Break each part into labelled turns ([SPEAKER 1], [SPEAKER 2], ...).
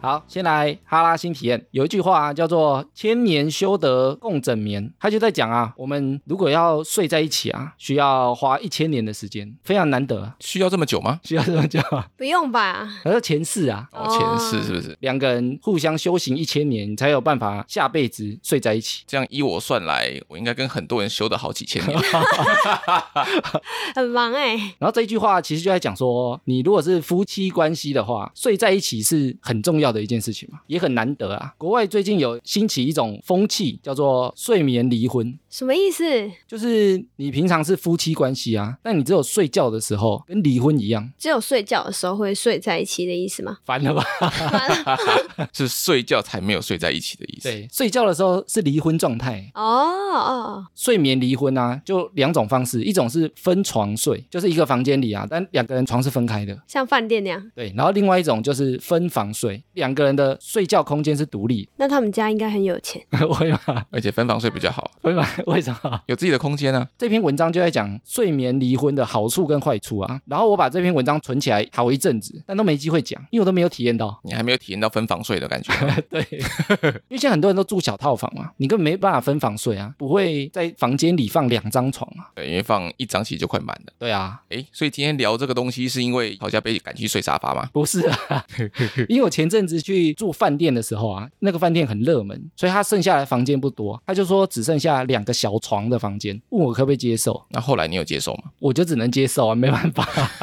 [SPEAKER 1] 好，先来哈拉新体验，有一句话、啊、叫做“千年修得共枕眠”，他就在讲啊，我们如果要睡在一起啊，需要花一千年的时间，非常难得、啊，
[SPEAKER 2] 需要这么久吗？
[SPEAKER 1] 需要这么久、啊。
[SPEAKER 3] 不用吧？
[SPEAKER 1] 可是前世啊，
[SPEAKER 2] 哦，前世是不是？
[SPEAKER 1] 两个人互相修行一千年，才有办法下辈子睡在一起。
[SPEAKER 2] 这样依我算来，我应该跟很多人修的好几千年。
[SPEAKER 1] 哦
[SPEAKER 3] 很忙哎、
[SPEAKER 1] 然后这一句话其实就在讲说，你如果是夫妻关系的话，睡在一起是很重要的一件事情嘛，也很难得啊。国外最近有兴起一种风气，叫做睡眠离婚，
[SPEAKER 3] 什么意思？
[SPEAKER 1] 就是你平常是夫妻关系啊，但你只有睡觉的时候跟离婚一样，
[SPEAKER 3] 只有睡觉的时候会睡在一起的意思吗？
[SPEAKER 1] 烦了吧？
[SPEAKER 2] 是睡觉才没有睡在一起的意思。，
[SPEAKER 1] 对，睡觉的时候是离婚状态，
[SPEAKER 3] 哦哦，
[SPEAKER 1] 睡眠离婚啊，就两种方式，一种是分床睡，就是一个房间里啊，但两个人床是分开的。
[SPEAKER 3] 像饭店那样，
[SPEAKER 1] 对，然后另外一种就是分房睡，两个人的睡觉空间是独立。
[SPEAKER 3] 那他们家应该很有钱。
[SPEAKER 1] 会吗？
[SPEAKER 2] 而且分房睡比较好，
[SPEAKER 1] 会吗？ 为什么？
[SPEAKER 2] 有自己的空间啊。
[SPEAKER 1] 这篇文章就在讲睡眠离婚的好处跟坏处啊。然后我把这篇文章存起来好一阵子，但都没机会讲，因为我都没有体验到。
[SPEAKER 2] 你还没有体验到分房睡的感 觉，
[SPEAKER 1] 对，因为现在很多人都住小套房嘛，你根本没办法分房睡啊，不会在房间里放两张床啊。
[SPEAKER 2] 对，因为放一张其实就快满了。
[SPEAKER 1] 对啊，
[SPEAKER 2] 诶，所以今天聊这个东西是因为好像被赶去睡沙发吗？
[SPEAKER 1] 不是啊，因为我前阵子去住饭店的时候啊，那个饭店很热门，所以他剩下的房间不多，他就说只剩下两个小床的房间，问我可不可以接受，
[SPEAKER 2] 那后来你有接受吗？
[SPEAKER 1] 我就只能接受啊，没办法。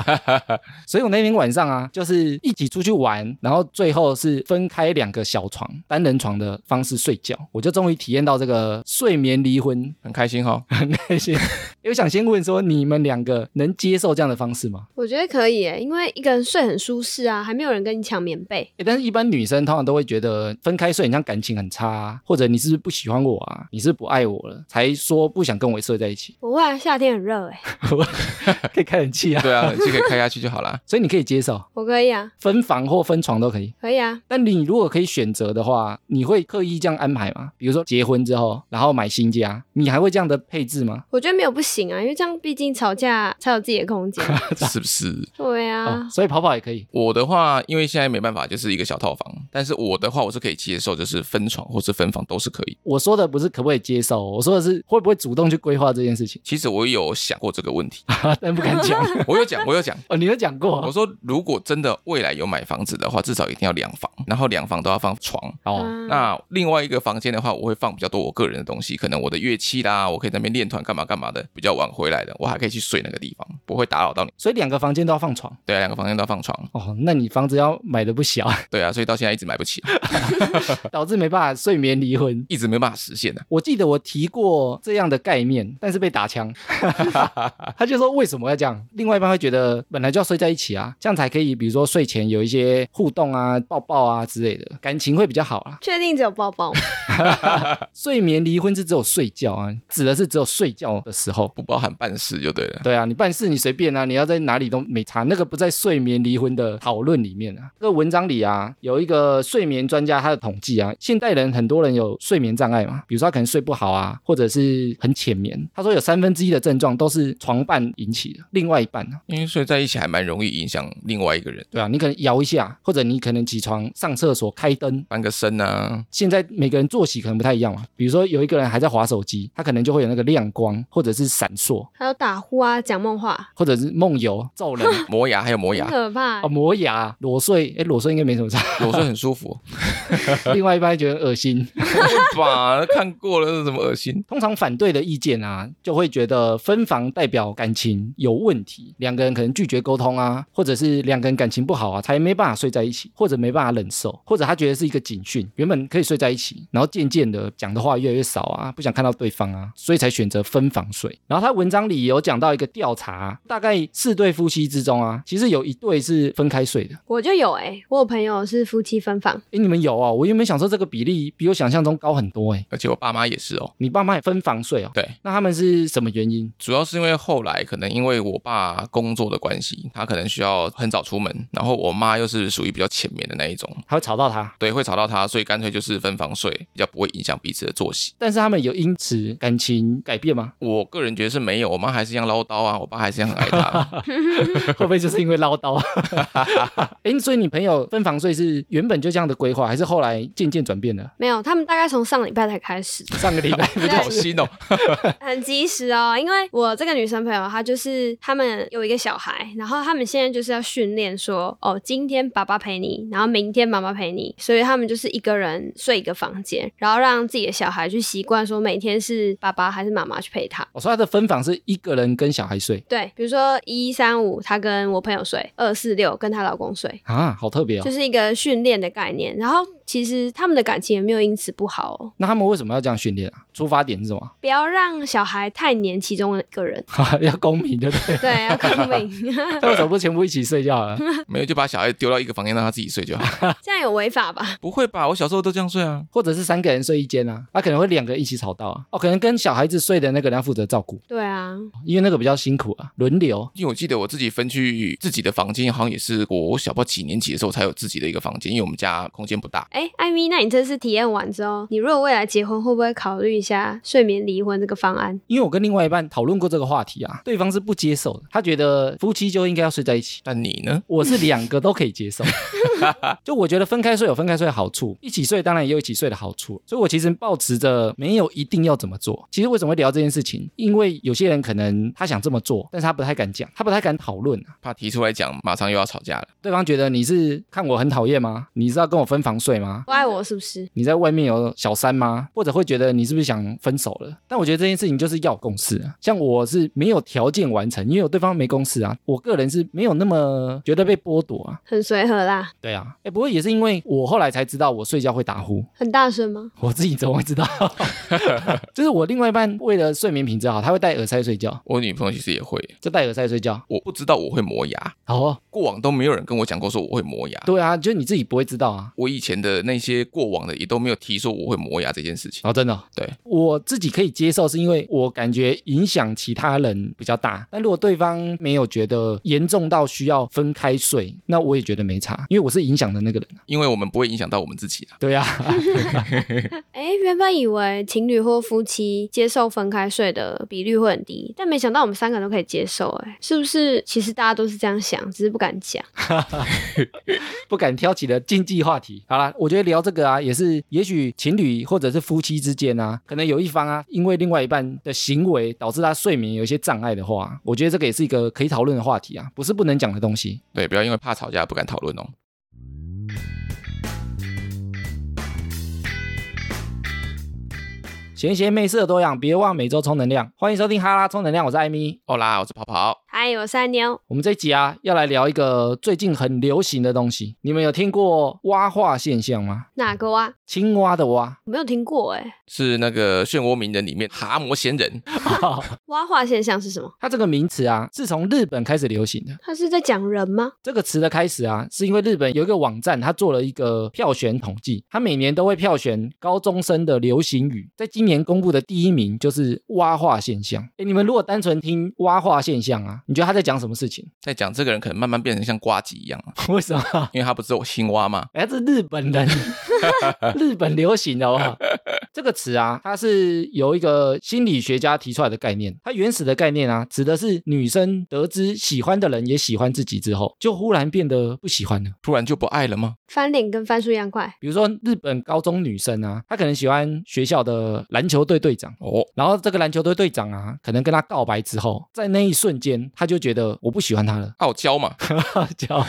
[SPEAKER 1] 所以我那天晚上啊，就是一起出去玩，然后最后是分开两个小床、单人床的方式睡觉，我就终于体验到这个睡眠离婚，
[SPEAKER 2] 很开心哦 哈、
[SPEAKER 1] 很开心。我想先问说，你们两个能接受这样的方式吗？
[SPEAKER 3] 我觉得可以耶，欸因为一个人睡很舒适啊，还没有人跟你抢棉被。
[SPEAKER 1] 诶但是一般女生通常都会觉得分开睡，你像感情很差、啊，或者你是不是不喜欢我啊，你是不是不爱我了，才说不想跟我睡在一起，
[SPEAKER 3] 不会啊，夏天很热哎，
[SPEAKER 1] 可以开冷气啊。
[SPEAKER 2] 对啊，这个开下去就 好啦。
[SPEAKER 1] 所以你可以接受
[SPEAKER 3] 我可以啊，
[SPEAKER 1] 分房或分床都可以。
[SPEAKER 3] 可以啊，
[SPEAKER 1] 但你如果可以选择的话，你会刻意这样安排吗？比如说结婚之后，然后买新家，你还会这样的配置吗？
[SPEAKER 3] 我觉得没有不行啊，因为这样毕竟吵架才有自己的 空间。
[SPEAKER 2] 是不是？
[SPEAKER 3] 对啊，
[SPEAKER 1] 哦，所以跑跑也可以。
[SPEAKER 2] 我的话，因为现在没办法，就是一个小套房。但是我的话，我是可以接受，就是分床或是分房都是可以。
[SPEAKER 1] 我说的不是可不可以接受，我说的是会不会主动去规划这件事情，
[SPEAKER 2] 其实我有想过这个问题，
[SPEAKER 1] 但不敢讲。
[SPEAKER 2] 我有讲，我有讲。
[SPEAKER 1] 哦，你有讲
[SPEAKER 2] 我
[SPEAKER 1] 过
[SPEAKER 2] 说，如果真的未来有买房子的话，至少一定要两房，然后两房都要放床。
[SPEAKER 1] 哦，
[SPEAKER 3] 嗯
[SPEAKER 2] 那另外一个房间的话，我会放比较多我个人的东西，可能我的乐器啦，我可以在那边练团干嘛干嘛的，比较晚回来的，我还可以去睡那个地方，不会打扰到你。
[SPEAKER 1] 所以两个房间都要放床。
[SPEAKER 2] 对啊，两个房间都要放床，
[SPEAKER 1] 哦，那你房子要买的不小，
[SPEAKER 2] 对啊，所以到现在一直买不起，
[SPEAKER 1] 导致没办法睡眠离婚。
[SPEAKER 2] 一直没有办法实现的、啊
[SPEAKER 1] 我记得我提过这样的概念，但是被打 枪。他就说为什么要这样？另外一半会觉得本来就要睡在一起啊，这样才可以，比如说睡前有一些互动啊、抱抱啊之类的，感情会比较好啊。
[SPEAKER 3] 确定只有抱抱吗？
[SPEAKER 1] 睡眠离婚是只有睡觉啊，指的是只有睡觉的时候。
[SPEAKER 2] 不包含办事就对了。
[SPEAKER 1] 对啊，你办事你随便啊，你要在哪里都没差，那个不在睡眠离婚的讨论里面啊。这个文章里啊，有一个睡眠专家他的统计啊，现代人很多人有睡眠障碍嘛，比如说他可能睡不好啊，或者是很浅眠。他说有三分之一的症状都是床伴引起的，另外一半啊，
[SPEAKER 2] 因为睡在一起还蛮容易影响另外一个人，
[SPEAKER 1] 对啊，你可能摇一下，或者你可能起床上厕所开灯。
[SPEAKER 2] 翻个身啊，
[SPEAKER 1] 现在每个人作息可能不太一样嘛，比如说有一个人还在划手机，他可能就会有那个亮光，或者是闪烁，
[SPEAKER 3] 还有打呼啊，讲梦话，
[SPEAKER 1] 或者是梦游、揍人
[SPEAKER 2] 磨牙还有磨
[SPEAKER 3] 很
[SPEAKER 2] 牙，
[SPEAKER 3] 可怕欸
[SPEAKER 1] 啊、。磨牙、裸睡。哎，裸睡应该没什么差。
[SPEAKER 2] 裸睡很舒 服，哦
[SPEAKER 1] 另外一半觉得恶心。
[SPEAKER 2] 会吧？看过了，怎么恶心？
[SPEAKER 1] 通常反对的意见啊，就会觉得分房代表感情有问题，两个人可能拒绝沟通啊，或者是两个人感情不好啊，才没办法睡在一起，或者没办法忍受，或者他觉得是一个警讯，原本可以睡在一起，然后渐渐的讲的话越来越少啊，不想看到对方啊，所以才选择分房睡。然后他文章里有讲到一个调查啊，大概四对夫妻之中啊，其实有一对是分开睡的。
[SPEAKER 3] 我就有哎，我有朋友是夫妻分房，
[SPEAKER 1] 诶，你们有啊？我原本想说这个比例比我想象中高很多诶、
[SPEAKER 2] 而且我爸妈也是哦，
[SPEAKER 1] 你爸妈也分房睡哦？
[SPEAKER 2] 对，
[SPEAKER 1] 那他们是什么原因？
[SPEAKER 2] 主要是因为后来可能因为我爸工作的关系，他可能需要很早出门，然后我妈又是属于比较浅眠的那一种，
[SPEAKER 1] 还会吵到他。
[SPEAKER 2] 对，会吵到他，所以干脆就是分房睡，比较不会影响彼此的作息。
[SPEAKER 1] 但是他们有因此感情改变吗？
[SPEAKER 2] 我个人觉是没有，我妈还是一样唠叨啊，我爸还是一样爱她。
[SPEAKER 1] 会不会就是因为唠 叨？哎、所以你朋友分房睡是原本就这样的规划，还是后来渐渐转变的？
[SPEAKER 3] 没有，他们大概从上礼拜才开始，
[SPEAKER 1] 上个礼拜不
[SPEAKER 2] 好
[SPEAKER 1] 就
[SPEAKER 2] 心哦，
[SPEAKER 3] 很及时哦。因为我这个女生朋友，她就是他们有一个小孩，然后他们现在就是要训练说，哦，今天爸爸陪你，然后明天妈妈陪你，所以他们就是一个人睡一个房间，然后让自己的小孩去习惯说每天是爸爸还是妈妈去陪他。
[SPEAKER 1] 哦我说他的分房是一个人跟小孩睡
[SPEAKER 3] 对，比如说一三五，她跟我朋友睡；二四六跟她老公睡。
[SPEAKER 1] 啊，好特别哦
[SPEAKER 3] 就。是一个训练的概念。然后其实他们的感情也没有因此不好哦。
[SPEAKER 1] 那他们为什么要这样训练啊？出发点是什么？，
[SPEAKER 3] 不要让小孩太黏其中一个人
[SPEAKER 1] 要公平，对不 对？
[SPEAKER 3] 对，要公平，
[SPEAKER 1] 那为什么不全部一起睡觉了？啊
[SPEAKER 2] 没有就把小孩丢到一个房间让他自己睡就好。
[SPEAKER 3] 这样有违法吧？
[SPEAKER 2] 不会吧？我小时候都这样睡啊。
[SPEAKER 1] 或者是三个人睡一间啊？他、可能会两个人一起吵到啊。哦，可能跟小孩子睡的那个人要负责照顾，
[SPEAKER 3] 对啊，
[SPEAKER 1] 因为那个比较辛苦啊，轮流。
[SPEAKER 2] 因为我记得我自己分去自己的房间，好像也是我小不知道几年级的时候才有自己的一个房间，因为我们家空间不大。
[SPEAKER 3] 哎，艾米，那你这次体验完之后，你如果未来结婚，会不会考虑一下睡眠离婚这个方案？
[SPEAKER 1] 因为我跟另外一半讨论过这个话题啊，对方是不接受的，他觉得夫妻就应该要睡在一起。
[SPEAKER 2] 但你呢？
[SPEAKER 1] 我是两个都可以接受，就我觉得分开睡有分开睡的好处，一起睡当然也有一起睡的好处，所以我其实抱持着没有一定要怎么做。其实为什么会聊这件事情？因为有些人可能他想这么做，但是他不太敢讲，他不太敢讨论啊。
[SPEAKER 2] 怕提出来讲，马上又要吵架了。
[SPEAKER 1] 对方觉得你是看我很讨厌吗？你是要跟我分房睡吗？
[SPEAKER 3] 不爱我是不是？
[SPEAKER 1] 你在外面有小三吗？或者会觉得你是不是想分手了？但我觉得这件事情就是要有共识啊。像我是没有条件完成，因为我对方没共识啊。我个人是没有那么觉得被剥夺啊。
[SPEAKER 3] 很随和啦，
[SPEAKER 1] 对啊，哎，不过也是因为我后来才知道，我睡觉会打呼，
[SPEAKER 3] 很大声吗？
[SPEAKER 1] 我自己怎么会知道？ 就是我另外一半为了睡眠品质好，他会戴耳塞睡觉，
[SPEAKER 2] 我女朋友其实也会，
[SPEAKER 1] 就戴耳塞睡觉。
[SPEAKER 2] 我不知道我会磨牙，
[SPEAKER 1] 哦，
[SPEAKER 2] 过往都没有人跟我讲过说我会磨牙。
[SPEAKER 1] 对啊，就你自己不会知道啊。
[SPEAKER 2] 我以前的那些过往的也都没有提说我会磨牙这件事情。啊
[SPEAKER 1] 哦，真的哦、
[SPEAKER 2] 对
[SPEAKER 1] 我自己可以接受，是因为我感觉影响其他人比较大。但如果对方没有觉得严重到需要分开睡，那我也觉得没差，因为我是影响的那个人啊。
[SPEAKER 2] 因为我们不会影响到我们自己啊。
[SPEAKER 1] 对啊，
[SPEAKER 3] 哎，原本以为情侣或夫妻接受分开睡的比率会很低，但没想到我们三个都可以接受，哎，是不是？其实大家都是这样想，只是不敢讲。
[SPEAKER 1] 不敢挑起的禁忌话题。好啦，我觉得聊这个啊，也是也许情侣或者是夫妻之间啊，可能有一方啊，因为另外一半的行为导致他睡眠有一些障碍的话，我觉得这个也是一个可以讨论的话题啊，不是不能讲的东西。
[SPEAKER 2] 对，不要因为怕吵架不敢讨论哦。
[SPEAKER 1] 闲闲没事的多养，别忘每周充能量。欢迎收听哈拉充能量，我是艾米。
[SPEAKER 2] 好哦啦，我是跑跑，
[SPEAKER 3] 嗨，我是安妞，
[SPEAKER 1] 我们这一集啊，要来聊一个最近很流行的东西。你们有听过蛙化现象吗？
[SPEAKER 3] 哪个哇？
[SPEAKER 1] 青蛙的 蛙，
[SPEAKER 3] 我没有听过哎、
[SPEAKER 2] 是那个漩涡鸣人里面蛤蟆仙人。
[SPEAKER 3] 蛙化现象是什么？
[SPEAKER 1] 它这个名词啊，是从日本开始流行的。
[SPEAKER 3] 它是在讲人吗？
[SPEAKER 1] 这个词的开始啊，是因为日本有一个网站，它做了一个票选统计，它每年都会票选高中生的流行语。在今年公布的第一名就是蛙化现象。诶，你们如果单纯听蛙化现象啊，你觉得他在讲什么事情？
[SPEAKER 2] 在讲这个人可能慢慢变成像瓜吉一样啊，
[SPEAKER 1] 为什么？
[SPEAKER 2] 因为他不是有青蛙嘛，
[SPEAKER 1] 哎，这日本人， 日本流行的好不好？这个词啊，它是由一个心理学家提出来的概念。它原始的概念啊，指的是女生得知喜欢的人也喜欢自己之后，就忽然变得不喜欢了。
[SPEAKER 2] 突然就不爱了吗？
[SPEAKER 3] 翻脸跟翻书一样快，
[SPEAKER 1] 比如说日本高中女生啊，她可能喜欢学校的篮球队队长。
[SPEAKER 2] 哦，
[SPEAKER 1] 然后这个篮球队队长啊，可能跟她告白之后，在那一瞬间，她就觉得我不喜欢他了，
[SPEAKER 2] 傲娇嘛，
[SPEAKER 1] 叫。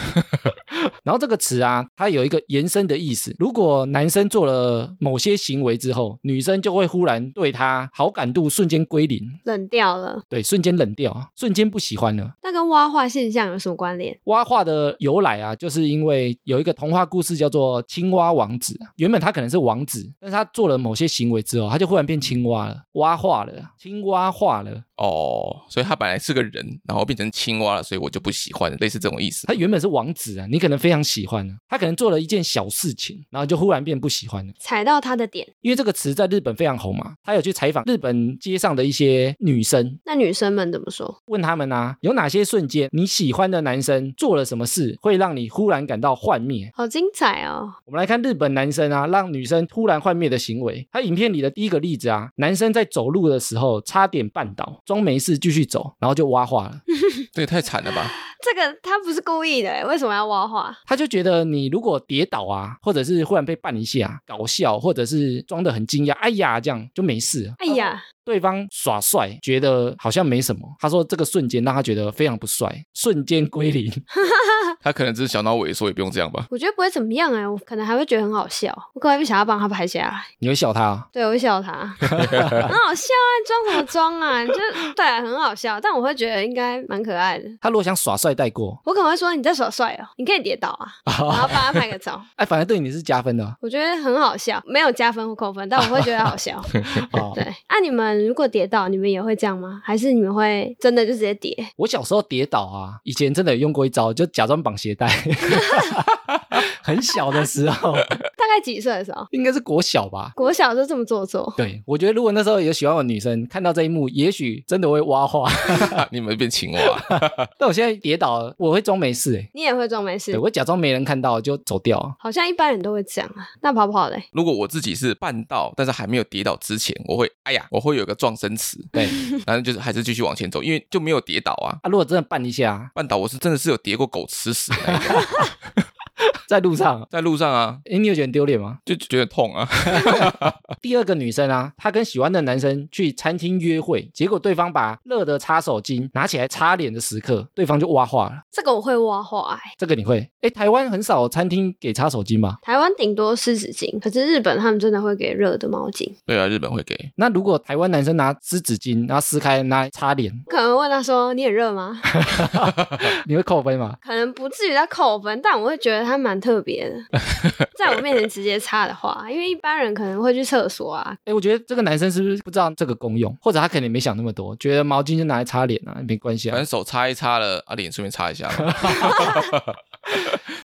[SPEAKER 1] 然后这个词啊，它有一个延伸的意思。如果男生做了某些行为之后，女生就会忽然对他好感度瞬间归零，
[SPEAKER 3] 冷掉了。
[SPEAKER 1] 对，瞬间冷掉，啊瞬间不喜欢了。
[SPEAKER 3] 那跟蛙化现象有什么关联？
[SPEAKER 1] 蛙化的由来啊，就是因为有一个童话故事叫做《青蛙王子》，啊原本他可能是王子，但是他做了某些行为之后，他就忽然变青蛙了，蛙化了，青蛙化了。
[SPEAKER 2] 哦，所以他本来是个人，然后变成青蛙了，所以我就不喜欢，类似这种意思。哎
[SPEAKER 1] 他原本是王子啊，你可能非常喜欢啊，他可能做了一件小事情，然后就忽然变不喜欢了。
[SPEAKER 3] 踩到他的点，
[SPEAKER 1] 因为这个词在日本非常红嘛，他有去采访日本街上的一些女生，
[SPEAKER 3] 那女生们怎么说？
[SPEAKER 1] 问他们啊，有哪些瞬间你喜欢的男生做了什么事，会让你忽然感到幻灭？
[SPEAKER 3] 好精彩哦！
[SPEAKER 1] 我们来看日本男生啊，让女生突然幻灭的行为。他影片里的第一个例子啊，男生在走路的时候差点绊倒，装没事继续走，然后就挖话
[SPEAKER 3] 嗯
[SPEAKER 1] 了。
[SPEAKER 2] 这也太惨了吧！
[SPEAKER 3] 这个他不是故意的欸，为什么要挖话？
[SPEAKER 1] 他就觉得你如果跌倒啊，或者是忽然被绊一下，搞笑，或者是装得很惊讶，哎呀，这样就没事了。
[SPEAKER 3] 哎呀，
[SPEAKER 1] 对方耍帅，觉得好像没什么。他说这个瞬间让他觉得非常不帅，瞬间归零。
[SPEAKER 2] 他可能只是小脑萎缩，也不用这样吧。
[SPEAKER 3] 我觉得不会怎么样哎，我可能还会觉得很好笑，我可能会想要帮他拍下来。
[SPEAKER 1] 你会笑他、 啊？
[SPEAKER 3] 对，我会笑他，很好笑啊，你装什么装啊？你就对啊，很好笑，但我会觉得应该蛮可爱的。
[SPEAKER 1] 他如果想耍帅带 过，
[SPEAKER 3] 我可能会说你在耍帅哦，你可以跌倒啊，
[SPEAKER 1] 哦
[SPEAKER 3] 然后帮他拍个照。
[SPEAKER 1] 哎，反而对你是加分的啊
[SPEAKER 3] 我觉得很好笑，没有加分或扣分，但我会觉得好笑。
[SPEAKER 1] 哦
[SPEAKER 3] 对，那、你们如果跌倒，你们也会这样吗？还是你们会真的就直接跌？
[SPEAKER 1] 我小时候跌倒啊，以前真的有用过一招，就假装绑鞋带。很小的时候，
[SPEAKER 3] 大概几岁的时候？
[SPEAKER 1] 应该是国小吧。
[SPEAKER 3] 国小就这么做作，
[SPEAKER 1] 对，我觉得如果那时候有喜欢我的女生看到这一幕，也许真的会挖话。
[SPEAKER 2] 你们变青蛙，
[SPEAKER 1] 但我现在跌倒了，我会装没事、欸，
[SPEAKER 3] 你也会装没事
[SPEAKER 1] 对，我，会假装没人看到就走掉啊。
[SPEAKER 3] 好像一般人都会这样啊。那跑跑嘞，
[SPEAKER 2] 如果我自己是绊到，但是还没有跌倒之前，我会哎呀，我会有一个撞声词，
[SPEAKER 1] 对，
[SPEAKER 2] 然后就是还是继续往前走，因为就没有跌倒啊。
[SPEAKER 1] 啊，如果真的绊一下，
[SPEAKER 2] 绊倒我是真的是有跌过狗吃屎的 那
[SPEAKER 1] 在
[SPEAKER 2] 一种，
[SPEAKER 1] 路上，
[SPEAKER 2] 在路上啊
[SPEAKER 1] 哎，你有觉得很丢脸吗？
[SPEAKER 2] 就觉得痛啊。
[SPEAKER 1] 第二个女生啊，她跟喜欢的男生去餐厅约会，结果对方把热的擦手巾拿起来擦脸的时刻，对方就挖话了。
[SPEAKER 3] 这个我会挖话、欸。
[SPEAKER 1] 这个你会？哎，台湾很少餐厅给擦手巾吧？
[SPEAKER 3] 台湾顶多湿纸巾，可是日本他们真的会给热的毛巾。
[SPEAKER 2] 对啊，日本会给，
[SPEAKER 1] 那如果台湾男生拿湿纸巾，然后撕开拿来擦脸，
[SPEAKER 3] 可能会问他说：“你很热吗
[SPEAKER 1] 你会扣分吗？”
[SPEAKER 3] 可能不至于到扣分，但我会觉得他蛮特别的，在我面前直接擦的话，因为一般人可能会去厕所啊，
[SPEAKER 1] 哎，我觉得这个男生是不是不知道这个功用，或者他可能没想那么多，觉得毛巾就拿来擦脸啊，没关系啊
[SPEAKER 2] 反正。手擦一擦了，啊脸顺便擦一下嘛。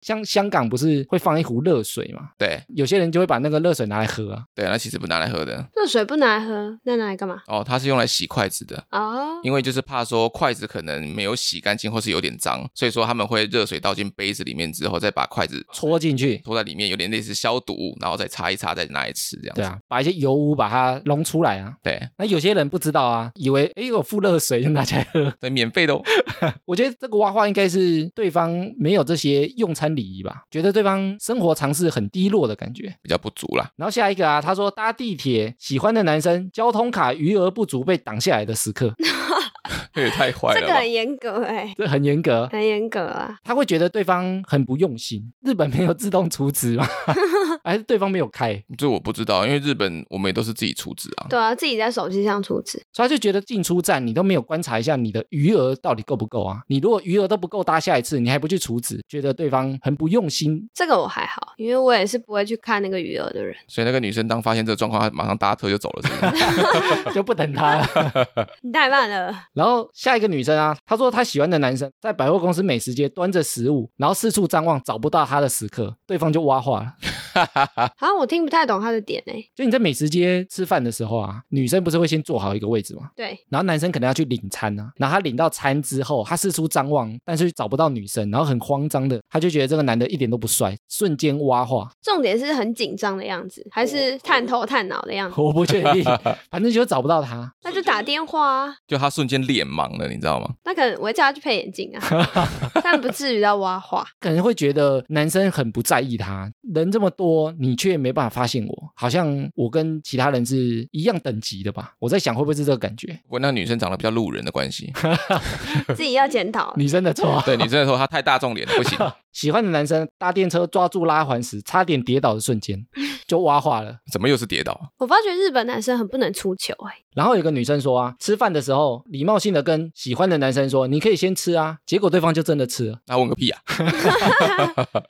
[SPEAKER 1] 像香港不是会放一壶热水嘛？
[SPEAKER 2] 对
[SPEAKER 1] 有些人就会把那个热水拿来喝啊。
[SPEAKER 2] 对，那其实不拿来喝的
[SPEAKER 3] 热水不拿来喝，那拿来干嘛？
[SPEAKER 2] 哦，它是用来洗筷子的。
[SPEAKER 3] 哦，
[SPEAKER 2] 因为就是怕说筷子可能没有洗干净，或是有点脏，所以说他们会热水倒进杯子里面之后，再把筷子
[SPEAKER 1] 戳进去，
[SPEAKER 2] 拖在里面，有点类似消毒，然后再擦一擦，再拿来吃这样子。
[SPEAKER 1] 对啊，把一些油污把它弄出来啊。
[SPEAKER 2] 对，
[SPEAKER 1] 那有些人不知道啊，以为哎我付热水就拿起来喝。
[SPEAKER 2] 对，免费的哦。
[SPEAKER 1] 我觉得这个挖话应该是对方没有这些用餐礼仪吧，觉得对方生活常识很低落的感觉。
[SPEAKER 2] 比较不足啦。
[SPEAKER 1] 然后下一个啊，他说搭地铁喜欢的男生交通卡余额不足被挡下来的时刻，
[SPEAKER 2] 这也太坏了
[SPEAKER 3] 这个
[SPEAKER 2] 吧。
[SPEAKER 3] 很严格哎、
[SPEAKER 1] 这很严格。
[SPEAKER 3] 很严格啊。
[SPEAKER 1] 他会觉得对方很不用心，日本没有自动除值吗？还是对方没有开，
[SPEAKER 2] 这我不知道，因为日本我们也都是自己出资啊。
[SPEAKER 3] 对啊，自己在手机上处置，
[SPEAKER 1] 所以他就觉得进出站你都没有观察一下你的余额到底够不够啊？你如果余额都不够搭下一次，你还不去处置，觉得对方很不用心，
[SPEAKER 3] 这个我还好，因为我也是不会去看那个余额的人。
[SPEAKER 2] 所以那个女生当发现这个状况，她马上搭车就走了，是不是？
[SPEAKER 1] 就不等他了。
[SPEAKER 3] 你太慢了，
[SPEAKER 1] 然后下一个女生啊，她说她喜欢的男生在百货公司美食街端着食物，然后四处张望，找不到他的时刻，对方就挖话了。
[SPEAKER 3] 好像我听不太懂他的点哎、
[SPEAKER 1] 就你在美食街吃饭的时候啊，女生不是会先坐好一个位置吗？
[SPEAKER 3] 对，
[SPEAKER 1] 然后男生可能要去领餐啊，然后他领到餐之后，他四处张望，但是找不到女生，然后很慌张的，他就觉得这个男的一点都不帅，瞬间挖话。
[SPEAKER 3] 重点是很紧张的样子，还
[SPEAKER 2] 哦
[SPEAKER 3] 是探头探脑的样子？
[SPEAKER 1] 我不确定，反正就找不到他。
[SPEAKER 3] 那就打电话啊，
[SPEAKER 2] 就她瞬间脸盲了，你知道吗？
[SPEAKER 3] 那可能我会叫他去配眼镜 啊，但不至于到挖话。
[SPEAKER 1] 可能会觉得男生很不在意他，人这么多，你却没办法发现我，好像我跟其他人是一样等级的吧？我在想会不会是这个感觉，
[SPEAKER 2] 不过那女生长得比较路人的关系，
[SPEAKER 3] 自己要检讨。
[SPEAKER 1] 女生的错。
[SPEAKER 2] 对女生的时候她太大众脸了，不 行，
[SPEAKER 1] 喜欢的男生搭电车抓住拉环时，差点跌倒的瞬间，就挖话了。
[SPEAKER 2] 怎么又是跌倒？
[SPEAKER 3] 我发觉日本男生很不能出糗哎、
[SPEAKER 1] 然后有个女生说啊，吃饭的时候礼貌性的跟喜欢的男生说，你可以先吃啊，结果对方就真的吃了，
[SPEAKER 2] 那问个屁啊！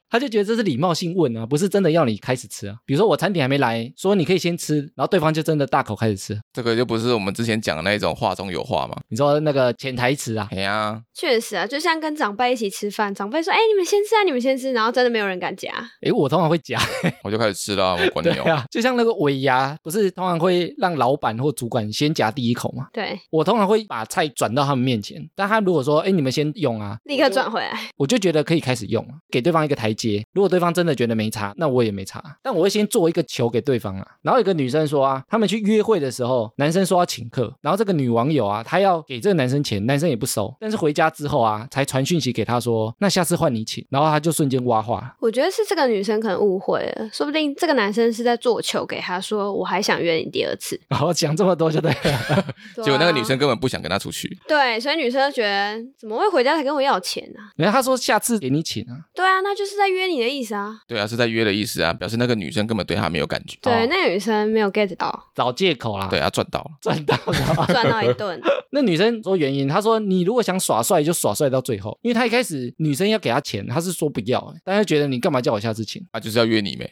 [SPEAKER 1] 他就觉得这是礼貌性问啊，不是真的要你开始吃啊。比如说我餐点还没来，说你可以先吃，然后对方就真的大口开始吃，
[SPEAKER 2] 这个就不是我们之前讲的那种话中有话嘛？
[SPEAKER 1] 你说那个潜台词啊，
[SPEAKER 2] 哎呀，
[SPEAKER 3] 确实啊，就像跟长辈一起吃饭，长辈说：“哎、你们先吃啊，你们先吃。”然后真的没有人敢夹。
[SPEAKER 1] 诶，我通常会夹，
[SPEAKER 2] 我就开始吃了啊，我管 你
[SPEAKER 1] 对
[SPEAKER 2] 哦。
[SPEAKER 1] 啊，就像那个尾牙，不是通常会让老板或主管人先夹第一口嘛。
[SPEAKER 3] 对，
[SPEAKER 1] 我通常会把菜转到他们面前，但他如果说，哎，你们先用啊，
[SPEAKER 3] 立
[SPEAKER 2] 嗯
[SPEAKER 3] 刻转回来。
[SPEAKER 1] 我就觉得可以开始用了，给对方一个台阶。如果对方真的觉得没差，那我也没差。啊但我会先做一个球给对方啊。然后有个女生说啊，他们去约会的时候，男生说要请客，然后这个女网友啊，她要给这个男生钱，男生也不收。但是回家之后啊，才传讯息给他说，那下次换你请。然后他就瞬间挖话，
[SPEAKER 3] 我觉得是这个女生可能误会了，说不定这个男生是在做球给她说，我还想约你第二次。
[SPEAKER 1] 然后讲这么多就对了。
[SPEAKER 3] 对啊
[SPEAKER 2] 结果那个女生根本不想跟他出去，
[SPEAKER 3] 对，所以女生就觉得怎么会回家才跟我要钱呢、啊？
[SPEAKER 1] 然后他说下次给你请啊，
[SPEAKER 3] 对啊，那就是在约你的意思啊。
[SPEAKER 2] 对啊，是在约的意思啊，表示那个女生根本对他没有感觉。
[SPEAKER 3] 对，
[SPEAKER 1] 哦
[SPEAKER 3] 那个女生没有 get 到，
[SPEAKER 1] 找借口啦。
[SPEAKER 2] 对，啊，赚到了。
[SPEAKER 1] 赚到了。
[SPEAKER 3] 赚到一顿。
[SPEAKER 1] 那女生说原因，她说你如果想耍帅就耍帅到最后，因为她一开始女生要给她钱，她是说不要、欸，但她觉得你干嘛叫我下次请？
[SPEAKER 2] 他就是要约你没，。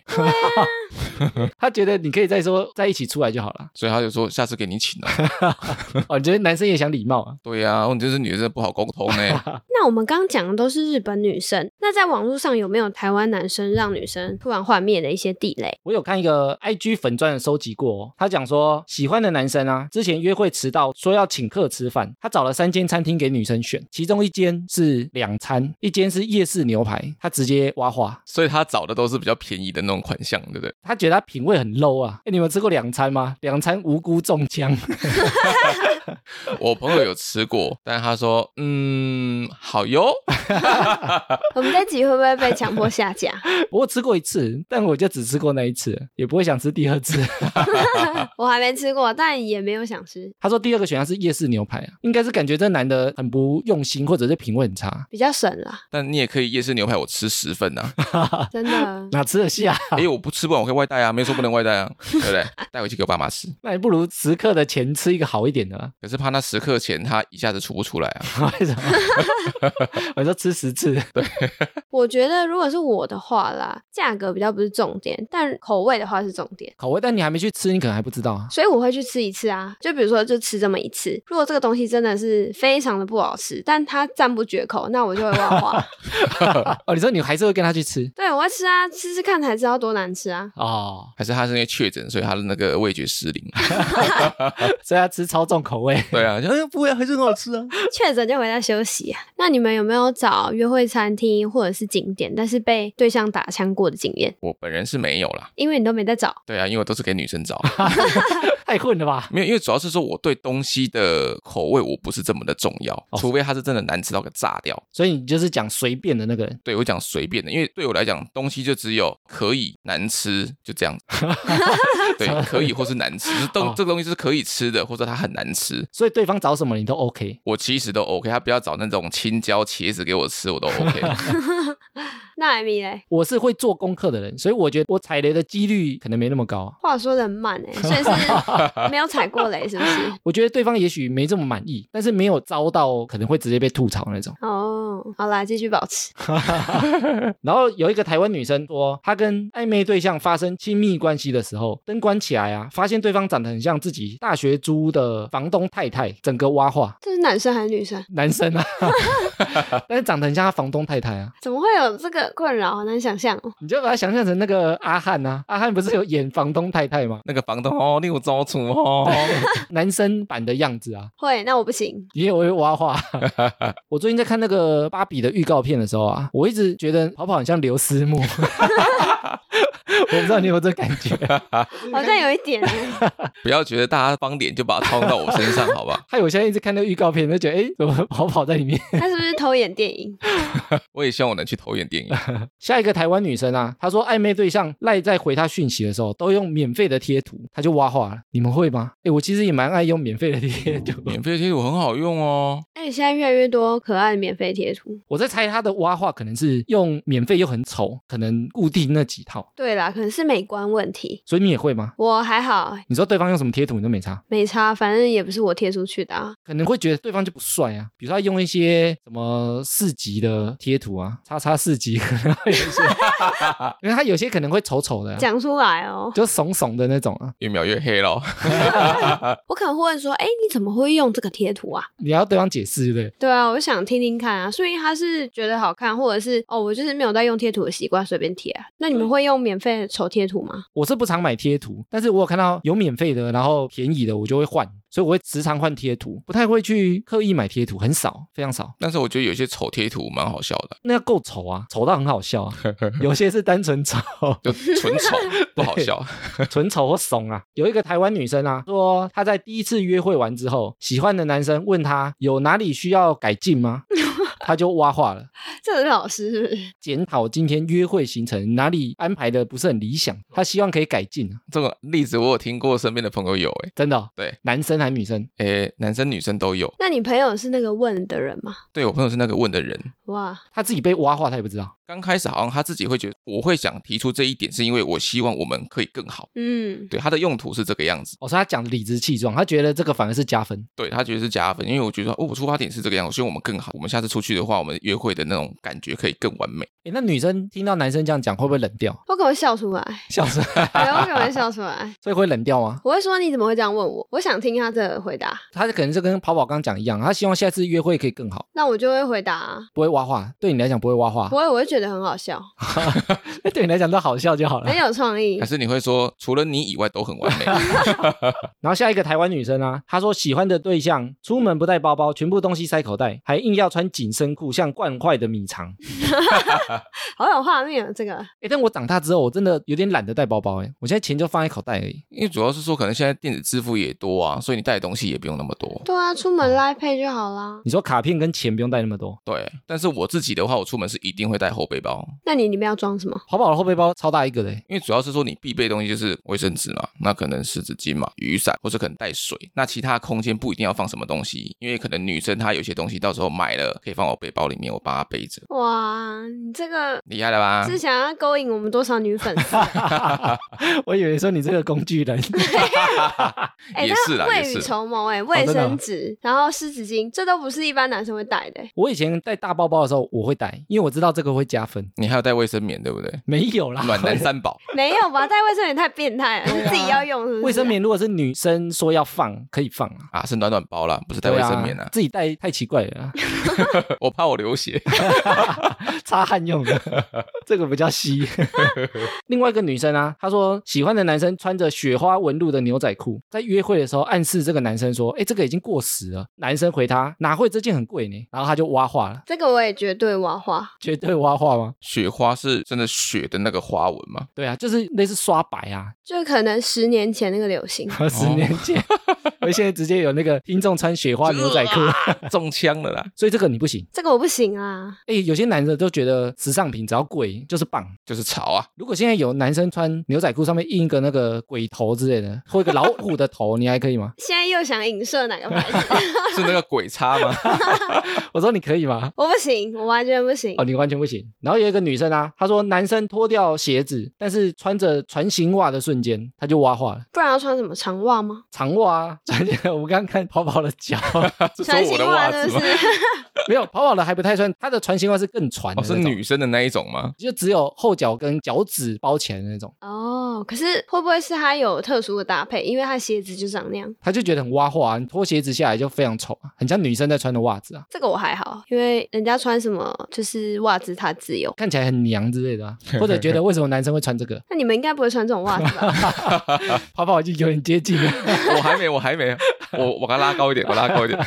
[SPEAKER 1] 她觉得你可以再说在一起出来就好了
[SPEAKER 2] 所以他就说下次给你请啊。
[SPEAKER 1] 哦，你觉得男生也想礼貌啊？
[SPEAKER 2] 对啊，问题就是女生不好沟通呢。
[SPEAKER 3] 那我们刚刚讲的都是日本女生，那在网络上有没有台湾男生让女生突然幻灭的一些地雷？
[SPEAKER 1] 我有看一个 IG 粉钻的收集过、哦，他讲说喜欢的男生啊，之前约会迟到，说要请客吃饭，他找了三间餐厅给女生选，其中一间是两餐，一间是夜市牛排，他直接挖话，
[SPEAKER 2] 所以他找的都是比较便宜的那种款项，对不对？
[SPEAKER 1] 他觉得他品味很 low 啊。哎，你们吃过两餐吗？两餐无辜中枪。
[SPEAKER 2] 我朋友有吃过，但是他说，嗯，好哟，
[SPEAKER 3] 我们这集会不会被强迫下架？
[SPEAKER 1] 我吃过一次，但我就只吃过那一次，也不会想吃第二次。
[SPEAKER 3] 我还没吃过，但也没有想吃，
[SPEAKER 1] 他说第二个选项是夜市牛排啊，应该是感觉这男的很不用心，或者是品味很差，。
[SPEAKER 3] 比较省啦，
[SPEAKER 2] 但你也可以夜市牛排我吃十份呐、啊，
[SPEAKER 3] 真的
[SPEAKER 1] 哪吃得下？
[SPEAKER 2] 哎，我不吃不完我可以外带啊，没说不能外带啊，对不对？带回去给我爸妈吃。
[SPEAKER 1] 那你不如时刻的钱吃一个好一点的、啊。
[SPEAKER 2] 可是怕那时刻钱他一下子出不出来啊，
[SPEAKER 1] 为什么？我说吃十次，
[SPEAKER 3] 我觉得如果是我的话啦，价格比较不是重点，但口味的话是重点。
[SPEAKER 1] 口味，但你还没去吃，你可能还不知道啊。
[SPEAKER 3] 所以我会去吃一次啊，就比如说就吃这么一次。如果这个东西真的是非常的不好吃，但它赞不绝口，那我就会挖花。
[SPEAKER 1] 哦，你说你还是会跟他去吃
[SPEAKER 3] 对，我会吃啊，吃吃看才知道多难吃啊。
[SPEAKER 1] 哦，
[SPEAKER 2] 还是他是因为确诊，所以他的那个味觉失灵。
[SPEAKER 1] 所以他吃超重口味。
[SPEAKER 2] 对啊，就哎不会啊，还是很好吃啊。
[SPEAKER 3] 确诊就回家休息啊。那你们有没有找约会餐厅或者是景点，但是被对象打枪过的经验？
[SPEAKER 2] 我本人是没有啦。
[SPEAKER 3] 因为你都没在找，
[SPEAKER 2] 对啊，因为我都是给女生找，
[SPEAKER 1] 太混了吧？
[SPEAKER 2] 没有，因为主要是说我对东西的口味我不是这么的重要，
[SPEAKER 1] 哦
[SPEAKER 2] 除非它是真的难吃到个炸掉。
[SPEAKER 1] 所以你就是讲随便的那个人，
[SPEAKER 2] 对我讲随便的，因为对我来讲，东西就只有可以难吃，就这样子。对，可以或是难吃，就是东、
[SPEAKER 1] 哦
[SPEAKER 2] 这个东西是可以吃的，或者它很难吃，
[SPEAKER 1] 所以对方找什么你都 OK。
[SPEAKER 2] 我其实都 OK。他不要找那种青椒、茄子给我吃，我都 OK。
[SPEAKER 3] 那艾米嘞？
[SPEAKER 1] 我是会做功课的人，所以我觉得我踩雷的几率可能没那么高啊、
[SPEAKER 3] 话说的很慢哎、所以是没有踩过雷，是不是？
[SPEAKER 1] 我觉得对方也许没这么满意，但是没有遭到可能会直接被吐槽那种。
[SPEAKER 3] 哦、好啦，继续保持。
[SPEAKER 1] 然后有一个台湾女生说，她跟暧昧对象发生亲密关系的时候，灯关起来啊，发现对方长得很像自己大学租屋的房东太太，整个挖化
[SPEAKER 3] 这是男生还是女生？
[SPEAKER 1] 男生啊， 但是长得很像他房东太太啊，
[SPEAKER 3] 怎么会有这个困扰？好难想象哦。
[SPEAKER 1] 你就把他想象成那个阿汉啊，阿汉不是有演房东太太吗？
[SPEAKER 2] 那个房东哦，你有招厨哦，
[SPEAKER 1] 男生版的样子啊，
[SPEAKER 3] 会，那我不行。
[SPEAKER 1] 因为我会挖话。我最近在看那个芭比的预告片的时候啊，我一直觉得跑跑很像刘思慕。我不知道你有没有这感觉，
[SPEAKER 3] 好像有一点欸
[SPEAKER 2] 不要觉得大家帮脸就把它套到我身上，好吧？
[SPEAKER 1] 害我现在一直看那个预告片，就觉得哎，诶怎么跑跑在里面？
[SPEAKER 3] 欸 他是不是偷演电影？
[SPEAKER 2] 我也希望我能去投演电影。
[SPEAKER 1] 下一个台湾女生啊，她说暧昧对象赖在回她讯息的时候，都用免费的贴图，她就挖话了。你们会吗？哎，我其实也蛮爱用免费的贴图。
[SPEAKER 2] 免费贴图很好用哦，
[SPEAKER 3] 而哎且现在越来越多可爱的免费贴图。
[SPEAKER 1] 我在猜她的挖话可能是用免费又很丑，可能固定那几套。
[SPEAKER 3] 对啦，可能是美观问题。
[SPEAKER 1] 所以你也会吗？
[SPEAKER 3] 我还好，欸
[SPEAKER 1] 你说对方用什么贴图你都没差，
[SPEAKER 3] 没差，反正也不是我贴出去的啊。
[SPEAKER 1] 可能会觉得对方就不帅啊。比如说他用一些什么四级的贴图啊，叉叉四级 可能会有一些，因为他有些可能会丑丑的、啊，
[SPEAKER 3] 讲出来哦，
[SPEAKER 1] 就怂怂的那种啊。
[SPEAKER 2] 越描越黑咯。
[SPEAKER 3] 我可能会问说，哎，你怎么会用这个贴图啊？
[SPEAKER 1] 你要对方解释对不对？
[SPEAKER 3] 对啊，我就想听听看啊，所以他是觉得好看，或者是哦，我就是没有在用贴图的习惯，随便贴啊。那你们会用免费的手贴图吗？
[SPEAKER 1] 我是不常买贴图，但是我有看到有免费的，然后便宜的，我就会换，所以我会时常换贴图，不太会去刻意买贴图，很少，非常少。
[SPEAKER 2] 但是我觉得有些丑贴图蛮好笑的，
[SPEAKER 1] 那要够丑啊，丑到很好笑啊，有些是单纯丑，
[SPEAKER 2] 就纯丑不好笑。
[SPEAKER 1] 纯丑或怂啊。有一个台湾女生啊，说她在第一次约会完之后，喜欢的男生问她有哪里需要改进吗？她就挖话了，
[SPEAKER 3] 这个是老师是不是？
[SPEAKER 1] 检讨今天约会行程哪里安排的不是很理想，她希望可以改进啊，
[SPEAKER 2] 这个例子我有听过，身边的朋友有、欸，
[SPEAKER 1] 真的、哦。
[SPEAKER 2] 对，
[SPEAKER 1] 男生还女生，
[SPEAKER 2] 诶、男生女生都有。
[SPEAKER 3] 那你朋友是那个问的人吗？
[SPEAKER 2] 对我朋友是那个问的人，
[SPEAKER 3] 哇，
[SPEAKER 1] 她自己被挖话，她也不知道。
[SPEAKER 2] 刚开始好像他自己会觉得，我会想提出这一点，是因为我希望我们可以更好。
[SPEAKER 3] 嗯，
[SPEAKER 2] 对，他的用途是这个样子，
[SPEAKER 1] 我说哦她讲的理直气壮，她觉得这个反而是加分。
[SPEAKER 2] 对他觉得是加分，因为我觉得哦，我出发点是这个样子，所以我们更好，我们下次出去的话，我们约会的那种感觉可以更完美。
[SPEAKER 1] 诶，那女生听到男生这样讲，会不会冷掉？
[SPEAKER 3] 我可能会笑出来，
[SPEAKER 1] 笑死，
[SPEAKER 3] 对，我可能会笑出来。
[SPEAKER 1] 所以会冷掉吗？
[SPEAKER 3] 我会说你怎么会这样问我？我想听他的回答，
[SPEAKER 1] 他可能就跟跑跑刚讲一样，他希望下次约会可以更好，
[SPEAKER 3] 那我就会回答、啊。
[SPEAKER 1] 不会挖话，对你来讲不会挖话
[SPEAKER 3] 不，会，我会觉得很好 笑，
[SPEAKER 1] 对你来讲都好笑就好了
[SPEAKER 3] 很。有创意
[SPEAKER 2] 还。是你会说，除了你以外都很完美，
[SPEAKER 1] 然后下一个台湾女生啊，她说喜欢的对象出门不带包包，全部东西塞口袋，还硬要穿紧身裤，像惯坏的米肠。
[SPEAKER 3] 好有画面啊，这个
[SPEAKER 1] 哎，但我长大之后，我真的有点懒得带包包哎，我现在钱就放在口袋而已。
[SPEAKER 2] 因为主要是说可能现在电子支付也多啊，所以你带的东西也不用那么多。
[SPEAKER 3] 对啊，出门拉配就好啦。
[SPEAKER 1] 你说卡片跟钱不用带那么多，
[SPEAKER 2] 对，但是我自己的话，我出门是一定会带后背包，
[SPEAKER 3] 那你里面要装什么？
[SPEAKER 1] 跑跑的后背包超大一个的诶，
[SPEAKER 2] 因为主要是说你必备的东西就是卫生纸嘛，那可能湿纸巾嘛、雨伞，或者可能带水。那其他空间不一定要放什么东西，因为可能女生她有些东西到时候买了可以放我背包里面，我帮她背着，
[SPEAKER 3] 哇，你这个
[SPEAKER 2] 厉害了吧？
[SPEAKER 3] 是想要勾引我们多少女粉 丝？
[SPEAKER 1] 欸 我以为说你这个工具人，
[SPEAKER 3] 哎、
[SPEAKER 2] 也是啦
[SPEAKER 3] 那未
[SPEAKER 2] 也是哦
[SPEAKER 3] 雨绸缪哎、卫
[SPEAKER 1] 真的啊
[SPEAKER 3] 生纸，然后湿纸巾，这都不是一般男生会带的、欸。
[SPEAKER 1] 我以前带大包包的时候我会带，因为我知道这个会加分。
[SPEAKER 2] 你还有带卫生棉对不对？
[SPEAKER 1] 没有啦，
[SPEAKER 2] 暖男三宝，
[SPEAKER 3] 没有吧？带卫生棉太变态了，
[SPEAKER 2] 啊
[SPEAKER 3] 是自己要用是不是？
[SPEAKER 1] 卫生棉如果是女生说要放，可以放啊。
[SPEAKER 2] 啊，是暖暖包啦，不是带卫生棉
[SPEAKER 1] 对
[SPEAKER 2] 啊，
[SPEAKER 1] 自己带太奇怪了啊，
[SPEAKER 2] 我怕我流血。
[SPEAKER 1] 擦汗用的，这个比较稀。另外一个女生啊，她说喜欢的男生穿着雪花纹路的牛仔裤，在约会的时候暗示这个男生说：“哎，这个已经过时了。”男生回她：“哪会这件很贵呢？”然后她就挖话了，
[SPEAKER 3] 这个我也绝对挖花，
[SPEAKER 1] 绝对挖话吗？
[SPEAKER 2] 雪花是真的雪的那个花纹吗？
[SPEAKER 1] 对啊，就是类似刷白啊，
[SPEAKER 3] 就可能十年前那个流行。
[SPEAKER 1] 十年前， 而现在直接有那个听众穿雪花牛仔裤，
[SPEAKER 2] 中枪了啦！
[SPEAKER 1] 所以这个你不行。
[SPEAKER 3] 这个我不行啊，
[SPEAKER 1] 哎，有些男的都觉得时尚品只要贵就是棒，
[SPEAKER 2] 就是潮啊，
[SPEAKER 1] 如果现在有男生穿牛仔裤上面印一个那个鬼头之类的，或一个老虎的头，你还可以吗？
[SPEAKER 3] 现在又想影射哪个牌子？
[SPEAKER 2] 是那个鬼叉吗？
[SPEAKER 1] 我说你可以吗？
[SPEAKER 3] 我不行，我完全不行
[SPEAKER 1] 哦，。你完全不行。然后有一个女生啊，她说男生脱掉鞋子，但是穿着船型袜的瞬间，她就挖化了。
[SPEAKER 3] 不然要穿什么长袜吗？
[SPEAKER 1] 长袜啊，穿起来我们刚刚看跑跑的脚，
[SPEAKER 2] 是说
[SPEAKER 3] 穿
[SPEAKER 2] 我
[SPEAKER 3] 新
[SPEAKER 2] 的
[SPEAKER 3] 袜
[SPEAKER 2] 袜
[SPEAKER 3] 是
[SPEAKER 2] 子吗？
[SPEAKER 3] 不是？
[SPEAKER 1] 没有跑跑的还不太算，她的船型袜是更船的
[SPEAKER 2] 哦，
[SPEAKER 1] 那种、
[SPEAKER 2] 是女生的那一种吗？
[SPEAKER 1] 就只有后脚跟脚趾包起来的那种，
[SPEAKER 3] 哦，可是会不会是他有特殊的搭配？因为他鞋子就长那样。
[SPEAKER 1] 她就觉得很挖化、啊，你脱鞋子下来就非常丑啊，很像女生在穿的袜子啊，
[SPEAKER 3] 这个我还好，因为人家穿什么就是袜子他自由。
[SPEAKER 1] 看起来很娘之类 的、啊，或者觉得为什么男生会穿这个？
[SPEAKER 3] 那你们应该不会穿这种袜子 吧？
[SPEAKER 1] 跑跑已经有点接近了。
[SPEAKER 2] 我还没，我还没，我我给它拉高一点，我拉高一点。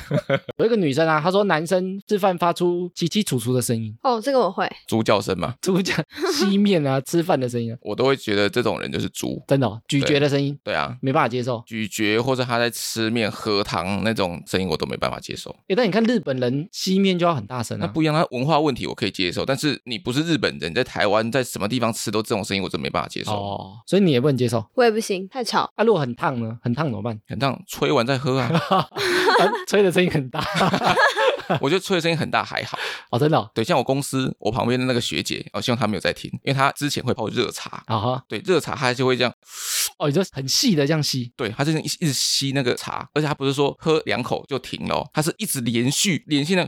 [SPEAKER 1] 有一个女生啊，她说男生吃饭发出起起楚楚的声音，
[SPEAKER 3] 哦，这个我会。
[SPEAKER 2] 猪叫声 嘛，
[SPEAKER 1] 猪讲吸面啊，吃饭的声音啊，
[SPEAKER 2] 我都会觉得这种人就是猪。
[SPEAKER 1] 真的、哦、咀嚼的声音
[SPEAKER 2] 对啊，
[SPEAKER 1] 没办法接受。
[SPEAKER 2] 咀嚼或者他在吃面、喝汤那种声音，我都没办法接受。
[SPEAKER 1] 诶，但你看日本人吸面就要很大声
[SPEAKER 2] 那
[SPEAKER 1] 啊，
[SPEAKER 2] 不一样，他文化问题我可以接受，但是你不是日本人，在台湾在什么地方吃都这种声音，我真没办法接受。
[SPEAKER 1] 哦，所以你也不能接受。
[SPEAKER 3] 我也不行，太吵。
[SPEAKER 1] 啊，如果很烫呢？很烫怎么办？
[SPEAKER 2] 很像吹完再喝啊，
[SPEAKER 1] 啊吹的声音很大
[SPEAKER 2] 我觉得吹的声音很大还好。
[SPEAKER 1] 哦，真的哦
[SPEAKER 2] 对，像我公司我旁边的那个学姐，哦我、希望她没有在听，因为她之前会泡热茶。
[SPEAKER 1] 啊哈，
[SPEAKER 2] 对，热茶她就会这样，
[SPEAKER 1] 哦，你就很细的这样吸，
[SPEAKER 2] 对，她就是一一直吸那个茶，而且她不是说喝两口就停了、哦，她是一直连续连续那，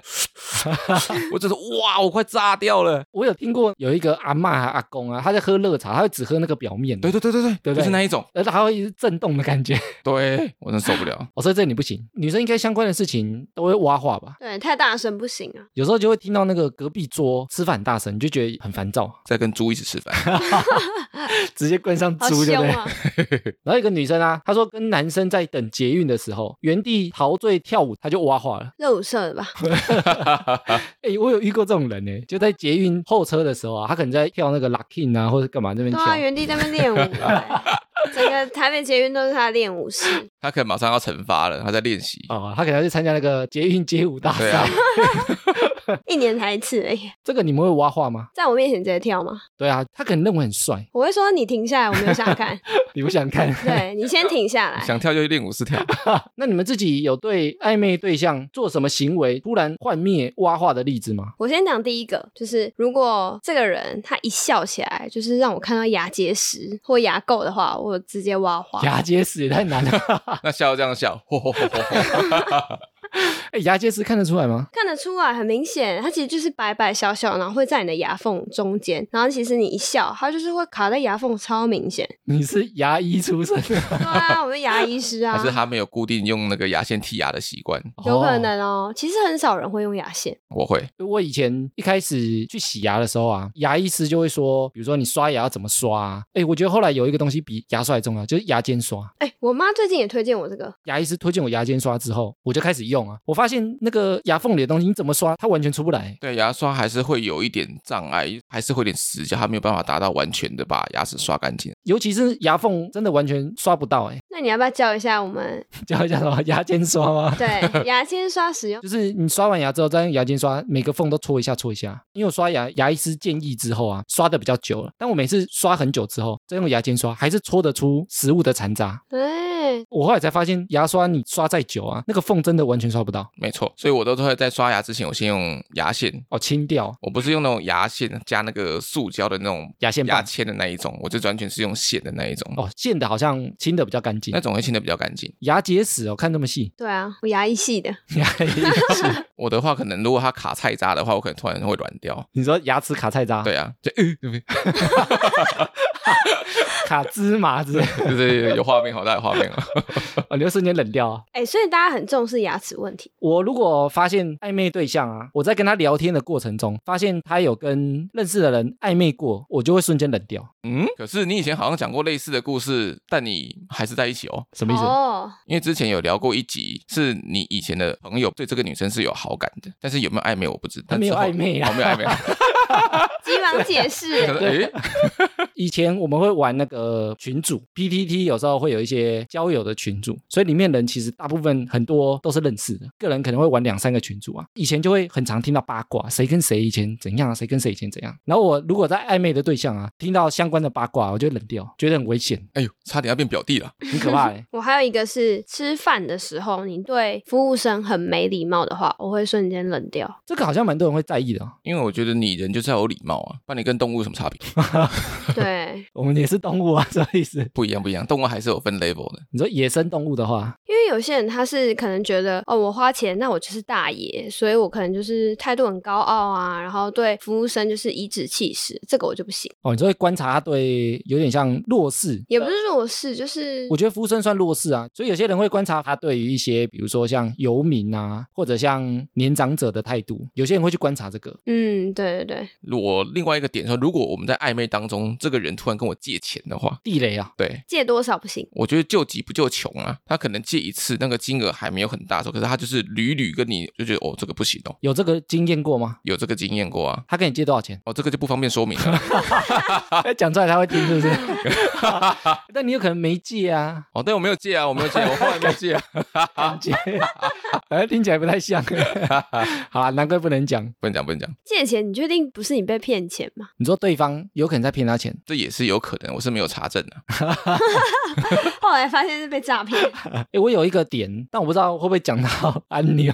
[SPEAKER 2] 我真是哇，我快炸掉了。
[SPEAKER 1] 我有听过有一个阿嬷啊、阿公啊，他在喝热茶，他会只喝那个表面的，
[SPEAKER 2] 对对对对对，
[SPEAKER 1] 对不对
[SPEAKER 2] 就是那一种，
[SPEAKER 1] 而且还会一直震动的感觉。
[SPEAKER 2] 对我真受不了。
[SPEAKER 1] 我说这你不行，女生应该相关的事情都会挖话吧？
[SPEAKER 3] 对，太大声不行啊。
[SPEAKER 1] 有时候就 会听到那个隔壁桌吃饭很大声，你就觉得很烦躁。
[SPEAKER 2] 在跟猪一起吃饭，
[SPEAKER 1] 直接关上
[SPEAKER 3] 好
[SPEAKER 1] 猪，对不
[SPEAKER 3] 凶
[SPEAKER 1] 对？
[SPEAKER 3] 啊！
[SPEAKER 1] 然后一个女生啊，她说跟男生在等捷运的时候，原地陶醉跳舞，她就哇化了。
[SPEAKER 3] 热舞社的吧？
[SPEAKER 1] 哎、我有遇过这种人呢、就在捷运候车的时候啊，她可能在跳那个 locking 啊，或者干嘛那边
[SPEAKER 3] 对
[SPEAKER 1] 跳。
[SPEAKER 3] 啊，原地在那边 练舞、欸，整个台北捷运都是他的练舞室。
[SPEAKER 2] 他可能马上要惩罚了，他在练习。
[SPEAKER 1] 哦，她可能要去参加那个捷运街舞大
[SPEAKER 2] 对
[SPEAKER 1] 赛。
[SPEAKER 2] 啊，
[SPEAKER 3] 一年才一次而已，
[SPEAKER 1] 这个你们会挖话吗？
[SPEAKER 3] 在我面前直接跳吗？
[SPEAKER 1] 对啊，他可能认为很 帅，
[SPEAKER 3] 我会说你停下来，我没有 想看。
[SPEAKER 1] 你不想看？
[SPEAKER 3] 对你先停下来。
[SPEAKER 2] 想跳就去练舞是跳。
[SPEAKER 1] 那你们自己有对暧昧对象做什么行为突然幻灭挖话的例子吗？
[SPEAKER 3] 我先讲第一个，就是如果这个人他一笑起来，就是让我看到牙结石或牙垢的话，我直接挖花。
[SPEAKER 1] 牙结石也太难了，
[SPEAKER 2] 那笑这样笑，吼吼吼吼吼
[SPEAKER 1] 哎，牙结石看得出来吗？
[SPEAKER 3] 看得出来，很明显，它其实就是白白小小，然后会在你的牙缝中间，然后其实你一笑，它就是会卡在牙缝，超明显。
[SPEAKER 1] 你是牙医出身的，
[SPEAKER 3] 对啊，我是牙医师 啊
[SPEAKER 2] 还，是他没有固定用那个牙线剔牙的习惯？
[SPEAKER 3] 有可能哦。其实很少人会用牙线，
[SPEAKER 2] 我会，
[SPEAKER 1] 哦。我以前一开始去洗牙的时候啊，牙医师就会说，比如说你刷牙要怎么刷、啊？哎，我觉得后来有一个东西比牙刷还重要，就是牙尖刷。
[SPEAKER 3] 哎、我妈最近也推荐我这个，
[SPEAKER 1] 牙医师推荐我牙尖刷之后，我就开始用啊。我发现那个牙缝里的东西，你怎么刷，它完全出不来。
[SPEAKER 2] 对牙刷还是会有一点障碍，还是会有点死角，他没有办法达到完全的把牙齿刷干净。
[SPEAKER 1] 尤其是牙缝，真的完全刷不到哎、
[SPEAKER 3] 那你要不要教一下我们？
[SPEAKER 1] 叫一叫什么牙尖刷吗？
[SPEAKER 3] 对，牙尖刷使用，
[SPEAKER 1] 就是你刷完牙之后，再用牙尖刷，每个缝都戳一下，戳一下。因为我刷牙，牙医师建议之后啊，刷的比较久了。但我每次刷很久之后，再用牙尖刷，还是戳得出食物的残渣。
[SPEAKER 3] 哎、
[SPEAKER 1] 我后来才发现，牙刷你刷再久啊，那个缝真的完全刷不到，
[SPEAKER 2] 没错，所以我都会在刷牙之前，我先用牙线。
[SPEAKER 1] 哦，清掉
[SPEAKER 2] 我不是用那种牙线加那个塑胶的那种
[SPEAKER 1] 牙线
[SPEAKER 2] 牙
[SPEAKER 1] 棒。
[SPEAKER 2] 签的那一种，我就完全是用线的那一种，
[SPEAKER 1] 哦，线的好像清的比较干净
[SPEAKER 2] 那。种会清的比较干净。
[SPEAKER 1] 牙结石哦，看这么 细，
[SPEAKER 3] 对啊，我牙医系的，
[SPEAKER 1] 牙结石，
[SPEAKER 2] 我的话，可能如果它卡菜渣的话，我可能突然会软掉。
[SPEAKER 1] 你说牙齿卡菜渣，
[SPEAKER 2] 对啊，就呃，对 不对？
[SPEAKER 1] 卡芝麻之类的，
[SPEAKER 2] 就是有画面，好大的画面啊！
[SPEAKER 1] 哦，你会瞬间冷掉啊。
[SPEAKER 3] 哎、所以大家很重视牙齿问题。
[SPEAKER 1] 我如果发现暧昧对象啊，我在跟他聊天的过程中，发现他有跟认识的人暧昧过，我就会瞬间冷掉。
[SPEAKER 2] 嗯， 可是你以前好像讲过类似的故事，但你还是在一起哦。
[SPEAKER 1] 什么意思？
[SPEAKER 3] 哦，
[SPEAKER 2] 因为之前有聊过一集，是你以前的朋友对这个女生是有好感的，但是有没有暧昧我不知道。
[SPEAKER 1] 他没有
[SPEAKER 2] 但之后
[SPEAKER 1] 暧昧啊
[SPEAKER 2] 哦没有 暧昧。
[SPEAKER 3] 急忙解 释、。
[SPEAKER 2] 可是诶，
[SPEAKER 1] 以前我们会玩那个群组 PTT，有时候会有一些交友的群组，所以里面人其实大部分很多都是认识的，个人可能会玩两三个群组啊。以前就会很常听到八卦，谁跟谁以前怎样啊，谁跟谁以前怎样。然后我如果在暧昧的对象啊，听到相关的八卦，我就冷掉，觉得很危险，
[SPEAKER 2] 哎呦，差点要变表弟了。
[SPEAKER 1] 很可怕、欸
[SPEAKER 3] 我还有一个是吃饭的时候，你对服务生很没礼貌的话，我会瞬间冷掉。
[SPEAKER 1] 这个好像蛮多人会在意的、哦，
[SPEAKER 2] 因为我觉得你人就是要有礼貌啊，不然你跟动物有什么差别？
[SPEAKER 3] 对，
[SPEAKER 1] 我们也是动物啊， 什么意思？
[SPEAKER 2] 不一样，不一样，动物还是有分 level 的。
[SPEAKER 1] 你说野生动物的话，
[SPEAKER 3] 因为有些人他是可能觉得哦，我花钱，那我就是大爷，所以我可能就是态度很高傲啊，然后对服务生就是颐指气使，这个我就不行。
[SPEAKER 1] 哦，你就会观察他对有点像弱势。
[SPEAKER 3] 也不是弱势，就是
[SPEAKER 1] 我觉得服务生算弱势啊，所以有些人会观察他对于一些，比如说像游民啊，或者像年长者的态度，有些人会去观察这个。
[SPEAKER 3] 嗯，对对对，
[SPEAKER 2] 我另外一个点说，如果我们在暧昧当中，这个人突然跟我借钱的话，
[SPEAKER 1] 地雷啊，
[SPEAKER 2] 对
[SPEAKER 3] 借多少不行。
[SPEAKER 2] 我觉得救急不救穷啊。他可能借一次，那个金额还没有很大的时候，可是他就是屡屡跟你就觉得哦，这个不行哦，
[SPEAKER 1] 有这个经验过吗？
[SPEAKER 2] 有这个经验过啊。
[SPEAKER 1] 他跟你借多少钱
[SPEAKER 2] ？哦，这个就不方便说明 了。
[SPEAKER 1] 讲出来他会听是不是？但你有可能没借 啊，
[SPEAKER 2] 哦，对，我没有借啊，我没有借，我后来没有借啊。
[SPEAKER 1] 感觉哎听起来不太像。好啊，难怪不能讲。
[SPEAKER 2] 不能讲，不能讲，
[SPEAKER 3] 借钱，你确定不是你被骗钱 吗？
[SPEAKER 1] 你说对方有可能在骗他钱，
[SPEAKER 2] 这也是有可能，我是没有查证啊的、
[SPEAKER 3] 后来发现是被诈骗，
[SPEAKER 1] 哎，我有一个点，但我不知道会不会讲到 安妞。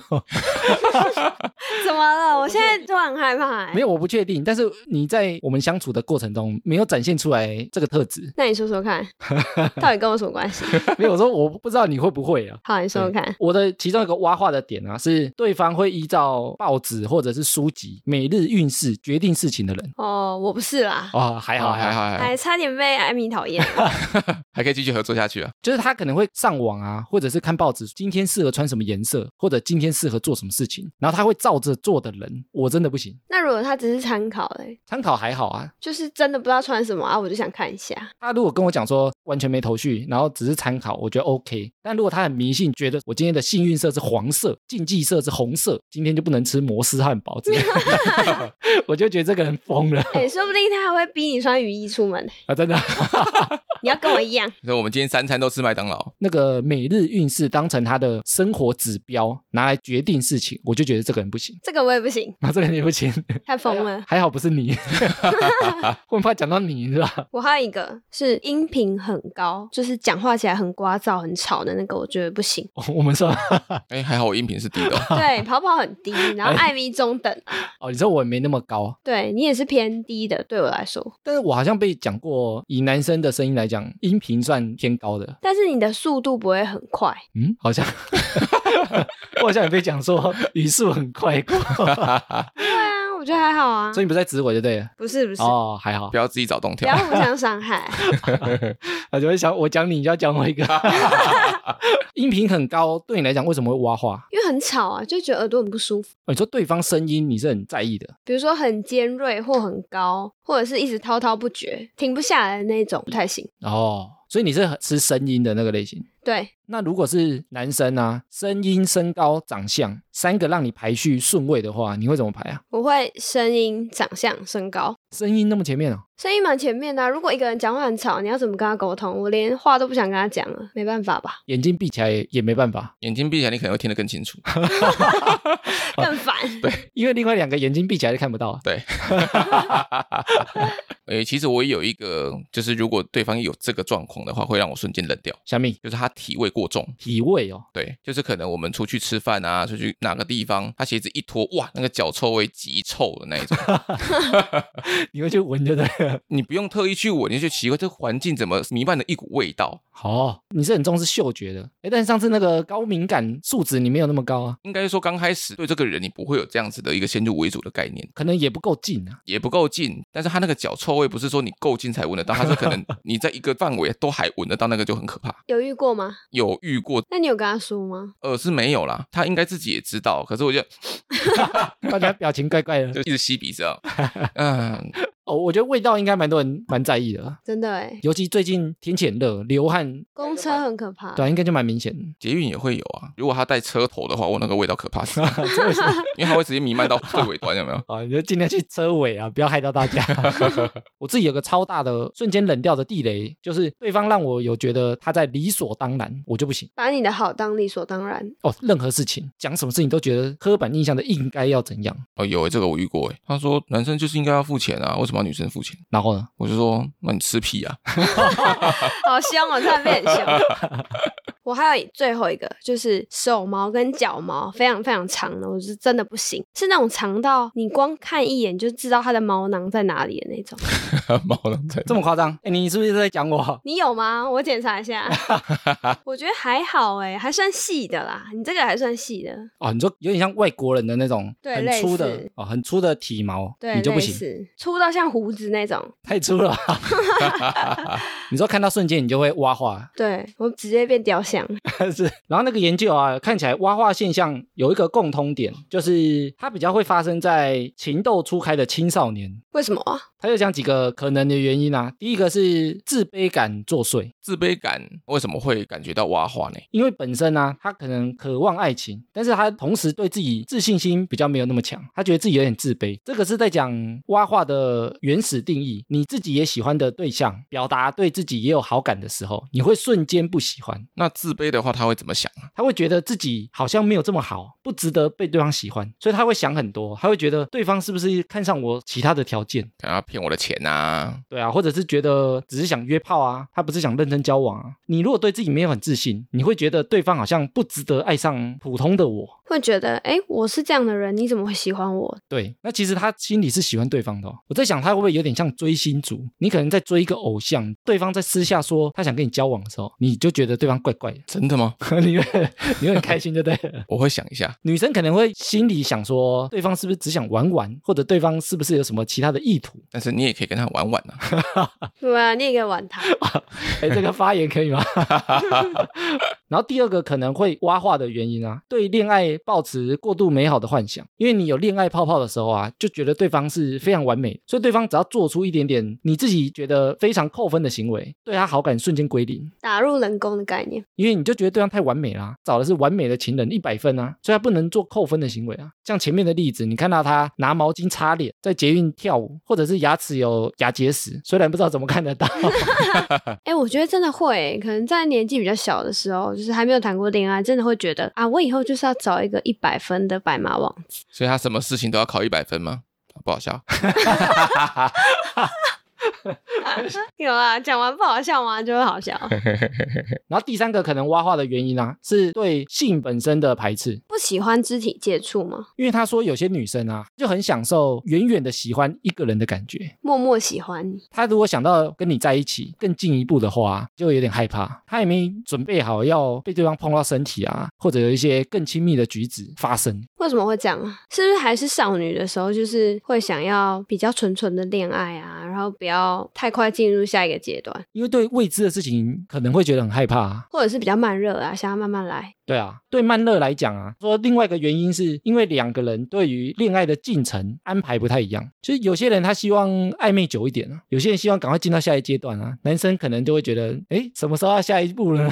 [SPEAKER 3] 怎么了？我现在就很害怕、欸。。
[SPEAKER 1] 没有，我不确定。但是你在我们相处的过程中，没有展现出来这个特质
[SPEAKER 3] 那你说说看，到底跟我什么关系？
[SPEAKER 1] 没有我说，我不知道你会不会啊。
[SPEAKER 3] 好，你说说
[SPEAKER 2] 嗯
[SPEAKER 3] 看。
[SPEAKER 1] 我的其中一个挖话的点啊，是对方会依照报纸或者是书籍每日运势决定事情的人。
[SPEAKER 3] 哦，我不是啦，
[SPEAKER 1] 哦，还好
[SPEAKER 2] 哦还
[SPEAKER 1] 还好，
[SPEAKER 2] 好，还好，
[SPEAKER 3] 还差点被艾米讨厌。
[SPEAKER 2] 还可以继续合作下去啊。
[SPEAKER 1] 就是他可能会上网啊，或者是看报纸，今天适合穿什么颜色，或者今天适合做什么事情。人，然后他会照着做的人，我真的不行。
[SPEAKER 3] 那如果他只是参考嘞，
[SPEAKER 1] 参考还好啊，
[SPEAKER 3] 就是真的不知道穿什么啊，我就想看一下。
[SPEAKER 1] 他如果跟我讲说完全没头绪，然后只是参考，我觉得 OK。但如果他很迷信，觉得我今天的幸运色是黄色，禁忌色是红色，今天就不能吃摩斯汉堡之类的，我就觉得这个人疯了
[SPEAKER 3] 哎、说不定他还会逼你穿雨衣出门，
[SPEAKER 1] 啊！真的，
[SPEAKER 3] 你要跟我一样。
[SPEAKER 2] 所以我们今天三餐都吃麦当劳，
[SPEAKER 1] 那个每日运势当成他的生活指标拿来决定事情，我就觉得这个人不行，
[SPEAKER 3] 这个我也不行，
[SPEAKER 1] 那这个人也不行。
[SPEAKER 3] 太疯 了。
[SPEAKER 1] 还好不是你，我很怕讲到你是吧？
[SPEAKER 3] 我还有一个是音频很高，就是讲话起来很聒噪、很吵的那个，我觉得不行。
[SPEAKER 1] 我们说
[SPEAKER 2] 哎，还好我音频是低的哦，
[SPEAKER 3] 对，跑跑很低，然后
[SPEAKER 1] 哎
[SPEAKER 3] 艾米中等，啊
[SPEAKER 1] 哦，你说我也没那么高，
[SPEAKER 3] 对你也是偏低的，对我来说。
[SPEAKER 1] 但是我好像被讲过，以男生的声音来讲，音频算偏高的。
[SPEAKER 3] 但是你的速度不会很快，
[SPEAKER 1] 嗯，好像 我好像也被讲说语速很快过，
[SPEAKER 3] 对啊，我觉得还好 啊
[SPEAKER 1] 所。以你不在指我就对了。
[SPEAKER 3] 不是不是，
[SPEAKER 1] 哦，还好
[SPEAKER 2] 不，要自己找洞
[SPEAKER 3] 不
[SPEAKER 2] 跳
[SPEAKER 3] 要。互 相伤害。
[SPEAKER 1] 我就会想我讲你，你就要讲我一个。 音频很高，对你来讲为什么会挖话？
[SPEAKER 3] 因为很吵啊，就觉得耳朵很不舒服。
[SPEAKER 1] 哦你说对方声音你是很在意的，
[SPEAKER 3] 比如说很尖锐或很高，或者是一直滔滔不绝、停不下来的那种，不太行。
[SPEAKER 1] 哦，所以你是很吃声音的那个类型。
[SPEAKER 3] 对，
[SPEAKER 1] 那如果是男生啊，声音、身高、长相三个让你排序顺位的话，你会怎么排啊？
[SPEAKER 3] 我会声音、长相、身高。
[SPEAKER 1] 声音那么前面哦，
[SPEAKER 3] 声音蛮前面的啊、如果一个人讲话很吵，你要怎么跟他沟通？我连话都不想跟他讲了，没办 法吧，
[SPEAKER 1] 眼睛闭起来也也没办法，
[SPEAKER 2] 眼睛闭起来，你可能会听得更清楚。
[SPEAKER 1] 哦
[SPEAKER 3] 更烦。对，
[SPEAKER 1] 因为另外两个眼睛闭起来就看不到啊。
[SPEAKER 2] 对，诶，其实我也有一个，就是如果对方有这个状况的话，会让我瞬间冷掉，
[SPEAKER 1] 小米
[SPEAKER 2] 就是他体味过重。
[SPEAKER 1] 体味哦，
[SPEAKER 2] 对，就是可能我们出去吃饭啊，出去哪个地方，他鞋子一脱，哇，那个脚臭味极臭的那一种。
[SPEAKER 1] 你会去闻就对了。
[SPEAKER 2] 你不用特意去闻，你就觉得奇怪，这环境怎么弥漫着一股味道？
[SPEAKER 1] 好、你是很重视嗅觉的，哎，但是上次那个高敏感数值你没有那么高啊，
[SPEAKER 2] 应该说刚开始对这个人，你不会有这样子的一个先入为主的概念。
[SPEAKER 1] 可能也不够近啊。
[SPEAKER 2] 也不够近，但是他那个脚臭味不是说你够近才闻得到，他是可能你在一个范围都还闻得到，那个就很可怕。
[SPEAKER 3] 有遇过吗？
[SPEAKER 2] 有遇过，
[SPEAKER 3] 那你有跟他说吗？
[SPEAKER 2] 呃，是没有啦，他应该自己也知道，可是我就
[SPEAKER 1] 大家表情怪 怪
[SPEAKER 2] 就
[SPEAKER 1] 的
[SPEAKER 2] 一直吸鼻子啊，嗯，
[SPEAKER 1] 哦，我觉得味道应该蛮多人蛮在意的啊，
[SPEAKER 3] 真的哎，
[SPEAKER 1] 尤其最近天气很热，流汗，
[SPEAKER 3] 公车很可怕。
[SPEAKER 1] 对啊、应该就蛮明显的。
[SPEAKER 2] 捷运也会有啊。如果他带车头的话，我那个味道可怕死了， 因为它会直接弥漫到最尾端，有没有？
[SPEAKER 1] 啊，你就尽量去车尾啊，不要害到大家。 我自己有个超大的瞬间冷掉的地雷，就是对方让我有觉得他在理所当然，我就不行
[SPEAKER 3] 把你的好当理所当然，
[SPEAKER 1] 哦。任何事情讲什么事情都觉得刻板印象的应该要怎样，
[SPEAKER 2] 哦，有诶、这个我遇过诶、他说男生就是应该要付钱啊，为什么要女生付钱？
[SPEAKER 1] 然后呢，
[SPEAKER 2] 我就说那你吃屁啊！
[SPEAKER 3] 好凶哦，差点被很凶。 我还有最后一个，就是手毛跟脚毛非常非常长的，我是真的不行，是那种长到你光看一眼就知道它的毛囊在哪里的那种。
[SPEAKER 2] 毛囊在
[SPEAKER 1] 这么夸张？哎，你是不是在讲我？
[SPEAKER 3] 你有吗？我检查一下。 我觉得还好哎、还算细的啦。你这个还算细的，
[SPEAKER 1] 哦，你说有点像外国人的那种
[SPEAKER 3] 对
[SPEAKER 1] 很
[SPEAKER 3] 类
[SPEAKER 1] 粗的
[SPEAKER 3] 似
[SPEAKER 1] 哦，很粗的体毛，
[SPEAKER 3] 对，
[SPEAKER 1] 你就不
[SPEAKER 3] 类
[SPEAKER 1] 行，
[SPEAKER 3] 似粗到像胡子那种。
[SPEAKER 1] 太粗了 吧。你说看到瞬间你就会挖化，
[SPEAKER 3] 对我直接变雕像，
[SPEAKER 1] 是。然后那个研究啊，看起来挖化现象有一个共通点，就是它比较会发生在情窦初开的青少年。
[SPEAKER 3] 为什么啊？
[SPEAKER 1] 他就讲几个可能的原因啊。第一个是自卑感作祟，
[SPEAKER 2] 自卑感为什么会感觉到挖花呢？
[SPEAKER 1] 因为本身啊，他可能渴望爱情，但是他同时对自己自信心比较没有那么强，他觉得自己有点自卑。这个是在讲蛙化的原始定义。你自己也喜欢的对象，表达对自己也有好感的时候，你会瞬间不喜欢，
[SPEAKER 2] 那自卑的话，他会怎么想啊？
[SPEAKER 1] 他会觉得自己好像没有这么好，不值得被对方喜欢，所以他会想很多，他会觉得对方是不是看上我其他的条件。
[SPEAKER 2] 可能要骗我的钱啊？
[SPEAKER 1] 对啊，或者是觉得只是想约炮啊，他不是想认真交往啊。你如果对自己没有很自信，你会觉得对方好像不值得爱上普通的我。
[SPEAKER 3] 会觉得哎、诶我是这样的人，你怎么会喜欢我？
[SPEAKER 1] 对，那其实他心里是喜欢对方的哦、我在想，他会不会有点像追星族？你可能在追一个偶像，对方在私下说他想跟你交往的时候，你就觉得对方怪怪的，
[SPEAKER 2] 真的吗？
[SPEAKER 1] 你会你会很开心，对不对？
[SPEAKER 2] 我会想一下。
[SPEAKER 1] 女生可能会心里想说，对方是不是只想玩玩，或者对方是不是有什么其他的意图？
[SPEAKER 2] 但是你也可以跟他玩玩啊。
[SPEAKER 3] 对啊，你也可以玩他。
[SPEAKER 1] 哎，这个发言可以吗？然后第二个可能会挖化的原因啊，对恋爱抱持过度美好的幻想，因为你有恋爱泡泡的时候啊，就觉得对方是非常完美的，所以对方只要做出一点点你自己觉得非常扣分的行为，对他好感瞬间归零。
[SPEAKER 3] 打入冷宫的概念。
[SPEAKER 1] 因为你就觉得对方太完美啦、找的是完美的情人，一百分啊，所以他不能做扣分的行为啊。像前面的例子，你看到他拿毛巾擦脸，在捷运跳舞，或者是牙齿有牙结石，虽然不知道怎么看得到，
[SPEAKER 3] 哎、我觉得真的会欸、可能在年纪比较小的时候，就是还没有谈过恋爱，真的会觉得啊，我以后就是要找一个一百分的白马王 子。
[SPEAKER 2] 所以他什么事情都要考一百分吗？啊不好笑，
[SPEAKER 3] 有啊，讲完不好笑吗？就会好笑。
[SPEAKER 1] 然后第三个可能挖话的原因啊，是对性本身的排斥，
[SPEAKER 3] 不喜欢肢体接触吗？
[SPEAKER 1] 因为他说有些女生啊，就很享受远远的喜欢一个人的感觉。
[SPEAKER 3] 默默喜欢你，
[SPEAKER 1] 她如果想到跟你在一起更进一步的话，就有点害怕。她也没准备好要被对方碰到身体啊，或者有一些更亲密的举止发生。
[SPEAKER 3] 为什么会这样啊？是不是还是少女的时候，就是会想要比较纯纯的恋爱啊，然后不要太快进入下一个阶段，
[SPEAKER 1] 因为对未知的事情可能会觉得很害怕、啊。
[SPEAKER 3] 或者是比较慢热啊，想要慢慢来。
[SPEAKER 1] 对啊，对曼乐来讲啊，说另外一个原因是因为两个人对于恋爱的进程安排不太一样，就是有些人他希望暧昧久一点啊，有些人希望赶快进到下一阶段啊，男生可能就会觉得，哎，什么时候要下一步呢？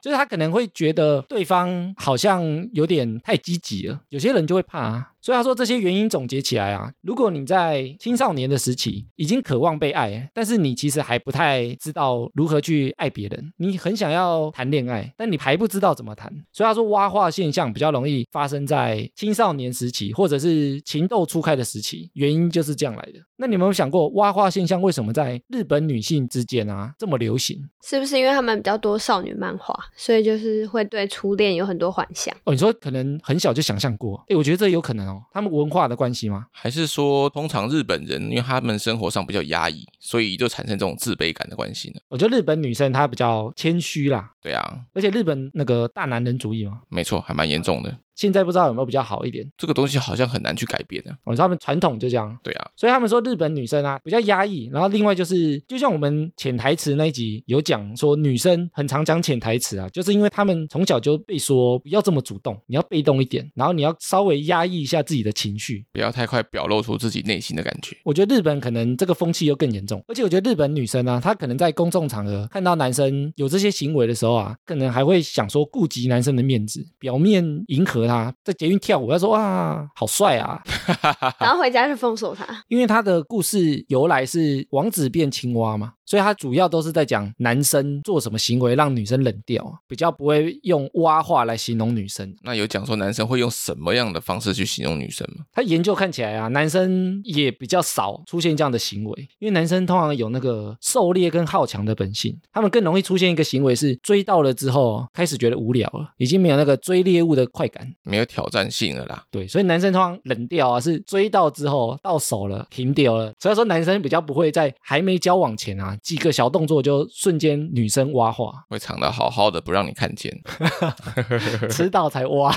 [SPEAKER 1] 就是他可能会觉得对方好像有点太积极了，有些人就会怕啊。所以他说这些原因总结起来啊，如果你在青少年的时期已经渴望被爱，但是你其实还不太知道如何去爱别人，你很想要谈恋爱，但你还不知道怎么谈。所以他说蛙化现象比较容易发生在青少年时期或者是情窦初开的时期，原因就是这样来的。那你有没有想过蛙化现象为什么在日本女性之间啊这么流行？
[SPEAKER 3] 是不是因为他们比较多少女漫画，所以就是会对初恋有很多幻想？
[SPEAKER 1] 哦，你说可能很小就想象过，哎，我觉得这有可能哦，他们文化的关系吗？
[SPEAKER 2] 还是说通常日本人因为他们生活上比较压抑，所以就产生这种自卑感的关系呢？
[SPEAKER 1] 我觉得日本女生她比较谦虚啦，
[SPEAKER 2] 对啊，
[SPEAKER 1] 而且日本那个大男人主义嘛，
[SPEAKER 2] 没错，还蛮严重的。
[SPEAKER 1] 现在不知道有没有比较好一点。
[SPEAKER 2] 这个东西好像很难去改变的、啊。
[SPEAKER 1] 我说他们传统就这样，
[SPEAKER 2] 对啊，
[SPEAKER 1] 所以他们说日本女生啊比较压抑，然后另外就是，就像我们潜台词那一集有讲说，女生很常讲潜台词啊，就是因为她们从小就被说不要这么主动，你要被动一点，然后你要稍微压抑一下自己的情绪。
[SPEAKER 2] 不要太快表露出自己内心的感觉。
[SPEAKER 1] 我觉得日本可能这个风气又更严重，而且我觉得日本女生呢、啊，她可能在公众场合看到男生有这些行为的时候啊，可能还会想说顾及男生的面子，表面迎合他，在捷运跳舞，她说哇好帅啊，
[SPEAKER 3] 然后回家就封锁 他，
[SPEAKER 1] 因为他的故事由来是王子变青蛙嘛，所以他主要都是在讲男生做什么行为让女生冷掉啊，比较不会用蛙话来形容女生。啊
[SPEAKER 2] 那有讲说男生会用什么样的方式去形容女生吗？
[SPEAKER 1] 他研究看起来啊，男生也比较少出现这样的行为，因为男生通常有那个狩猎跟好强的本性，他们更容易出现一个行为是追到了之后开始觉得无聊了，已经没有那个追猎物的快感。
[SPEAKER 2] 没有挑战性了啦。
[SPEAKER 1] 对，所以男生通常冷掉啊，是追到之后到手了停掉了，所以说男生比较不会在还没交往前啊几个小动作就瞬间女生挖化，
[SPEAKER 2] 会藏得好好的，不让你看见。
[SPEAKER 1] 吃到才挖。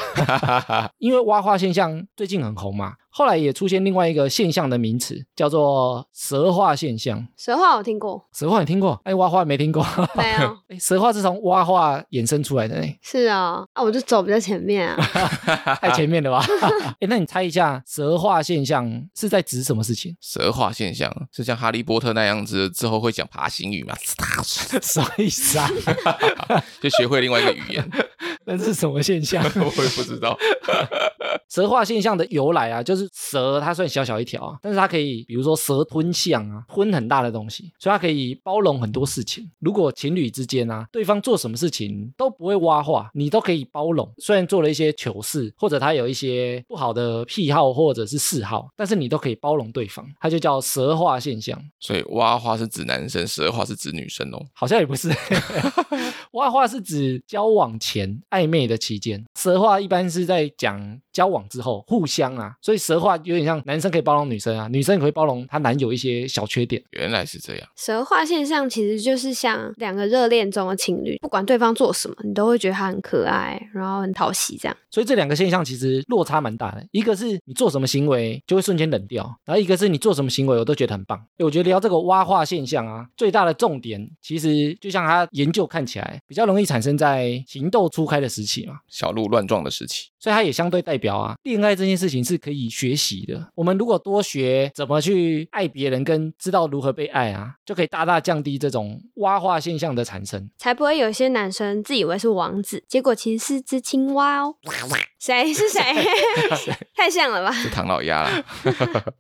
[SPEAKER 1] 因为蛙化现象最近很红嘛，后来也出现另外一个现象的名词，叫做蛇化现象。
[SPEAKER 3] 蛇话我听过，
[SPEAKER 1] 蛇化你听过？哎，蛙化没听过。
[SPEAKER 3] 没有。
[SPEAKER 1] 哎，蛇化是从蛙化衍生出来的，哎，
[SPEAKER 3] 是啊，啊，我就走比较前面啊。
[SPEAKER 1] 太前面了吧？ 哎，那你猜一下，蛇化现象是在指什么事情？
[SPEAKER 2] 蛇化现象是像哈利波特那样子，之后会讲爬行语嘛？
[SPEAKER 1] 什么意思啊？
[SPEAKER 2] 就学会另外一个语言，
[SPEAKER 1] 那是什么现象？
[SPEAKER 2] 我也不知道。
[SPEAKER 1] 蛇化现象的由来啊，就是蛇它虽然小小一条啊，但是它可以，比如说蛇吞象啊，吞很大的东西，所以它可以包容很多事情。如果情侣之间啊，对方做什么事情都不会挖话，你都可以包容。虽然做了一些糗事，或者他有一些不好的癖好或者是嗜好，但是你都可以包容对方，它就叫蛇化现象。
[SPEAKER 2] 所以蛙化是指男生，蛇化是指女生哦。
[SPEAKER 1] 好像也不是，蛙化是指交往前暧昧的期间，蛇化一般是在讲交往之后互相啊，所以蛇化有点像男生可以包容女生啊，女生也会包容她男友一些小缺点。
[SPEAKER 2] 原来是这样，
[SPEAKER 3] 蛇化现象其实就是像两个热恋中的情侣，不管对方做什么，你都会觉得他很可爱，然后很讨喜这样。
[SPEAKER 1] 所以这两个现象其实落差蛮大的，一个是你做什么行为就会瞬间冷掉，然后一个是你做什么行为我都觉得很棒。诶我觉得聊这个蛙化现象啊，最大的重点其实就像它研究看起来比较容易产生在情窦初开的时期嘛，
[SPEAKER 2] 小鹿乱撞的时期，
[SPEAKER 1] 所以它也相对代表啊，恋爱这件事情是可以学习的。我们如果多学怎么去爱别人，跟知道如何被爱啊，就可以大大降低这种蛙化现象的产生。
[SPEAKER 3] 才不会有些男生自以为是王子，结果其实是只青蛙哦。谁是 谁？太像了吧？
[SPEAKER 2] 是唐老鸭啦。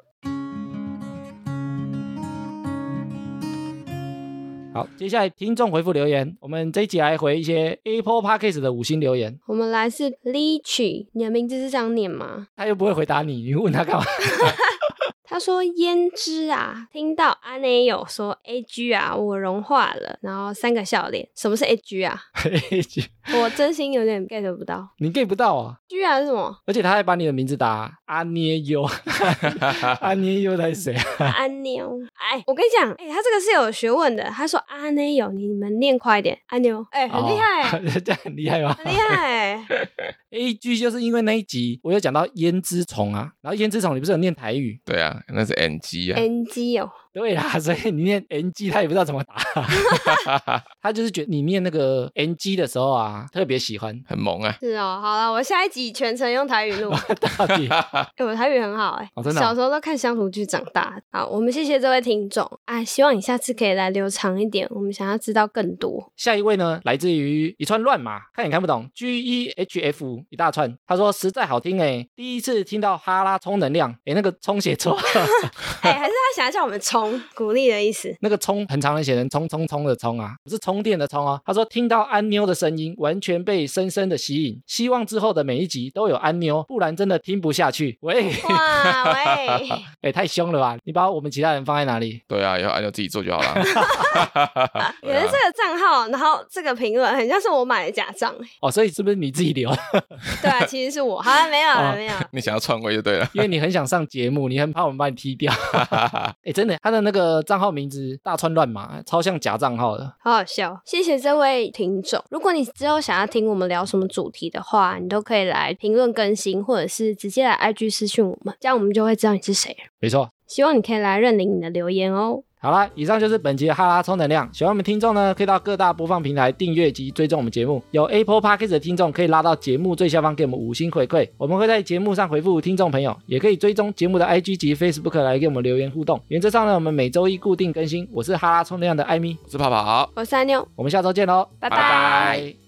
[SPEAKER 1] 好，接下来听众回复留言，我们这一集来回一些 Apple Podcast 的五星留言。
[SPEAKER 3] 我们来自 Lichi，你的名字是这样念吗？
[SPEAKER 1] 他又不会回答你，你问他干嘛？
[SPEAKER 3] 他说胭脂啊，听到阿内有说 A G 啊，我融化了，然后三个笑脸。什么是 A G 啊？我真心有点 get 不到。
[SPEAKER 1] 你 get 不到啊！
[SPEAKER 3] G 啊是什 么？
[SPEAKER 1] 而且他还把你的名字打阿捏优， 阿捏优他是谁啊？
[SPEAKER 3] 阿妞，哎，我跟你讲，哎、他这个是有学问的。他说阿内有，你们念快一点，阿妞，哎、很厉害、
[SPEAKER 1] 哦 这样很厉害吗？
[SPEAKER 3] 很厉 害、
[SPEAKER 1] A G 就是因为那一集我有讲到胭脂虫啊，然后胭脂虫你不是有念台语？
[SPEAKER 2] 对啊，那是 NG 啊，
[SPEAKER 3] NG 哦，
[SPEAKER 1] 对啦，所以你念 N G 他也不知道怎么打， 他就是觉得你念那个 N G 的时候啊，特别喜欢。
[SPEAKER 2] 很萌啊。
[SPEAKER 3] 是哦。好了，我下一集全程用台语录。
[SPEAKER 1] 到底
[SPEAKER 3] 哎、我台语很好哎、
[SPEAKER 1] 哦真的哦
[SPEAKER 3] 小时候都看乡土剧长大。好，我们谢谢这位听众啊，希望你下次可以来留长一点，我们想要知道更 多。
[SPEAKER 1] 下一位呢，来自于一串乱码，看也看不懂，G E H F 一大串。他说实在好听哎，第一次听到哈拉充能量，哎，那个充写错，
[SPEAKER 3] 哎、还是他想要叫我们冲鼓励的 意思。
[SPEAKER 1] 那个充很长的写成冲冲冲的冲啊，不是充电的充哦。他说听到安妞的声音，完全被深深的吸引，希望之后的每一集都有安妞，不然真的听不下去。喂，
[SPEAKER 3] 哇喂，
[SPEAKER 1] 哎，太凶了吧？你把我们其他人放在哪里？
[SPEAKER 2] 对啊，以后按照自己做就好 了。
[SPEAKER 3] 原来
[SPEAKER 2] 对
[SPEAKER 3] 这
[SPEAKER 2] 啊
[SPEAKER 3] 个账号，然后这个评论很像是我买的假账、哎
[SPEAKER 1] 哦，所以是不是你自己留？
[SPEAKER 3] 对啊，其实是我。好了，没有
[SPEAKER 1] 哦
[SPEAKER 3] 了，没有啊了。
[SPEAKER 2] 你想要篡位就对了。
[SPEAKER 1] 因为你很想上节目，你很怕我们把你踢掉。哎、真的，他的那个账号名字大川乱码，超像假账号的。
[SPEAKER 3] 好好笑，哦谢谢这位听众。如果你之后想要听我们聊什么主题的话，你都可以来评论更新，或者是直接来 IG 私讯我们，这样我们就会知道你是谁了。
[SPEAKER 1] 没错。
[SPEAKER 3] 希望你可以来认领你的留言哦。
[SPEAKER 1] 好啦，以上就是本集的哈拉充能量。喜欢我们听众呢，可以到各大播放平台订阅及追踪我们节目。有 Apple Podcast 的听众可以拉到节目最下方给我们五星回馈，我们会在节目上回复听众朋友，也可以追踪节目的 IG 及 Facebook 来给我们留言互动。原则上呢，我们每周一固定更新。我是哈拉充能量的艾米，
[SPEAKER 2] 我是泡泡，
[SPEAKER 3] 我是阿妞，
[SPEAKER 1] 我们下周见喽，
[SPEAKER 3] 拜拜
[SPEAKER 1] 拜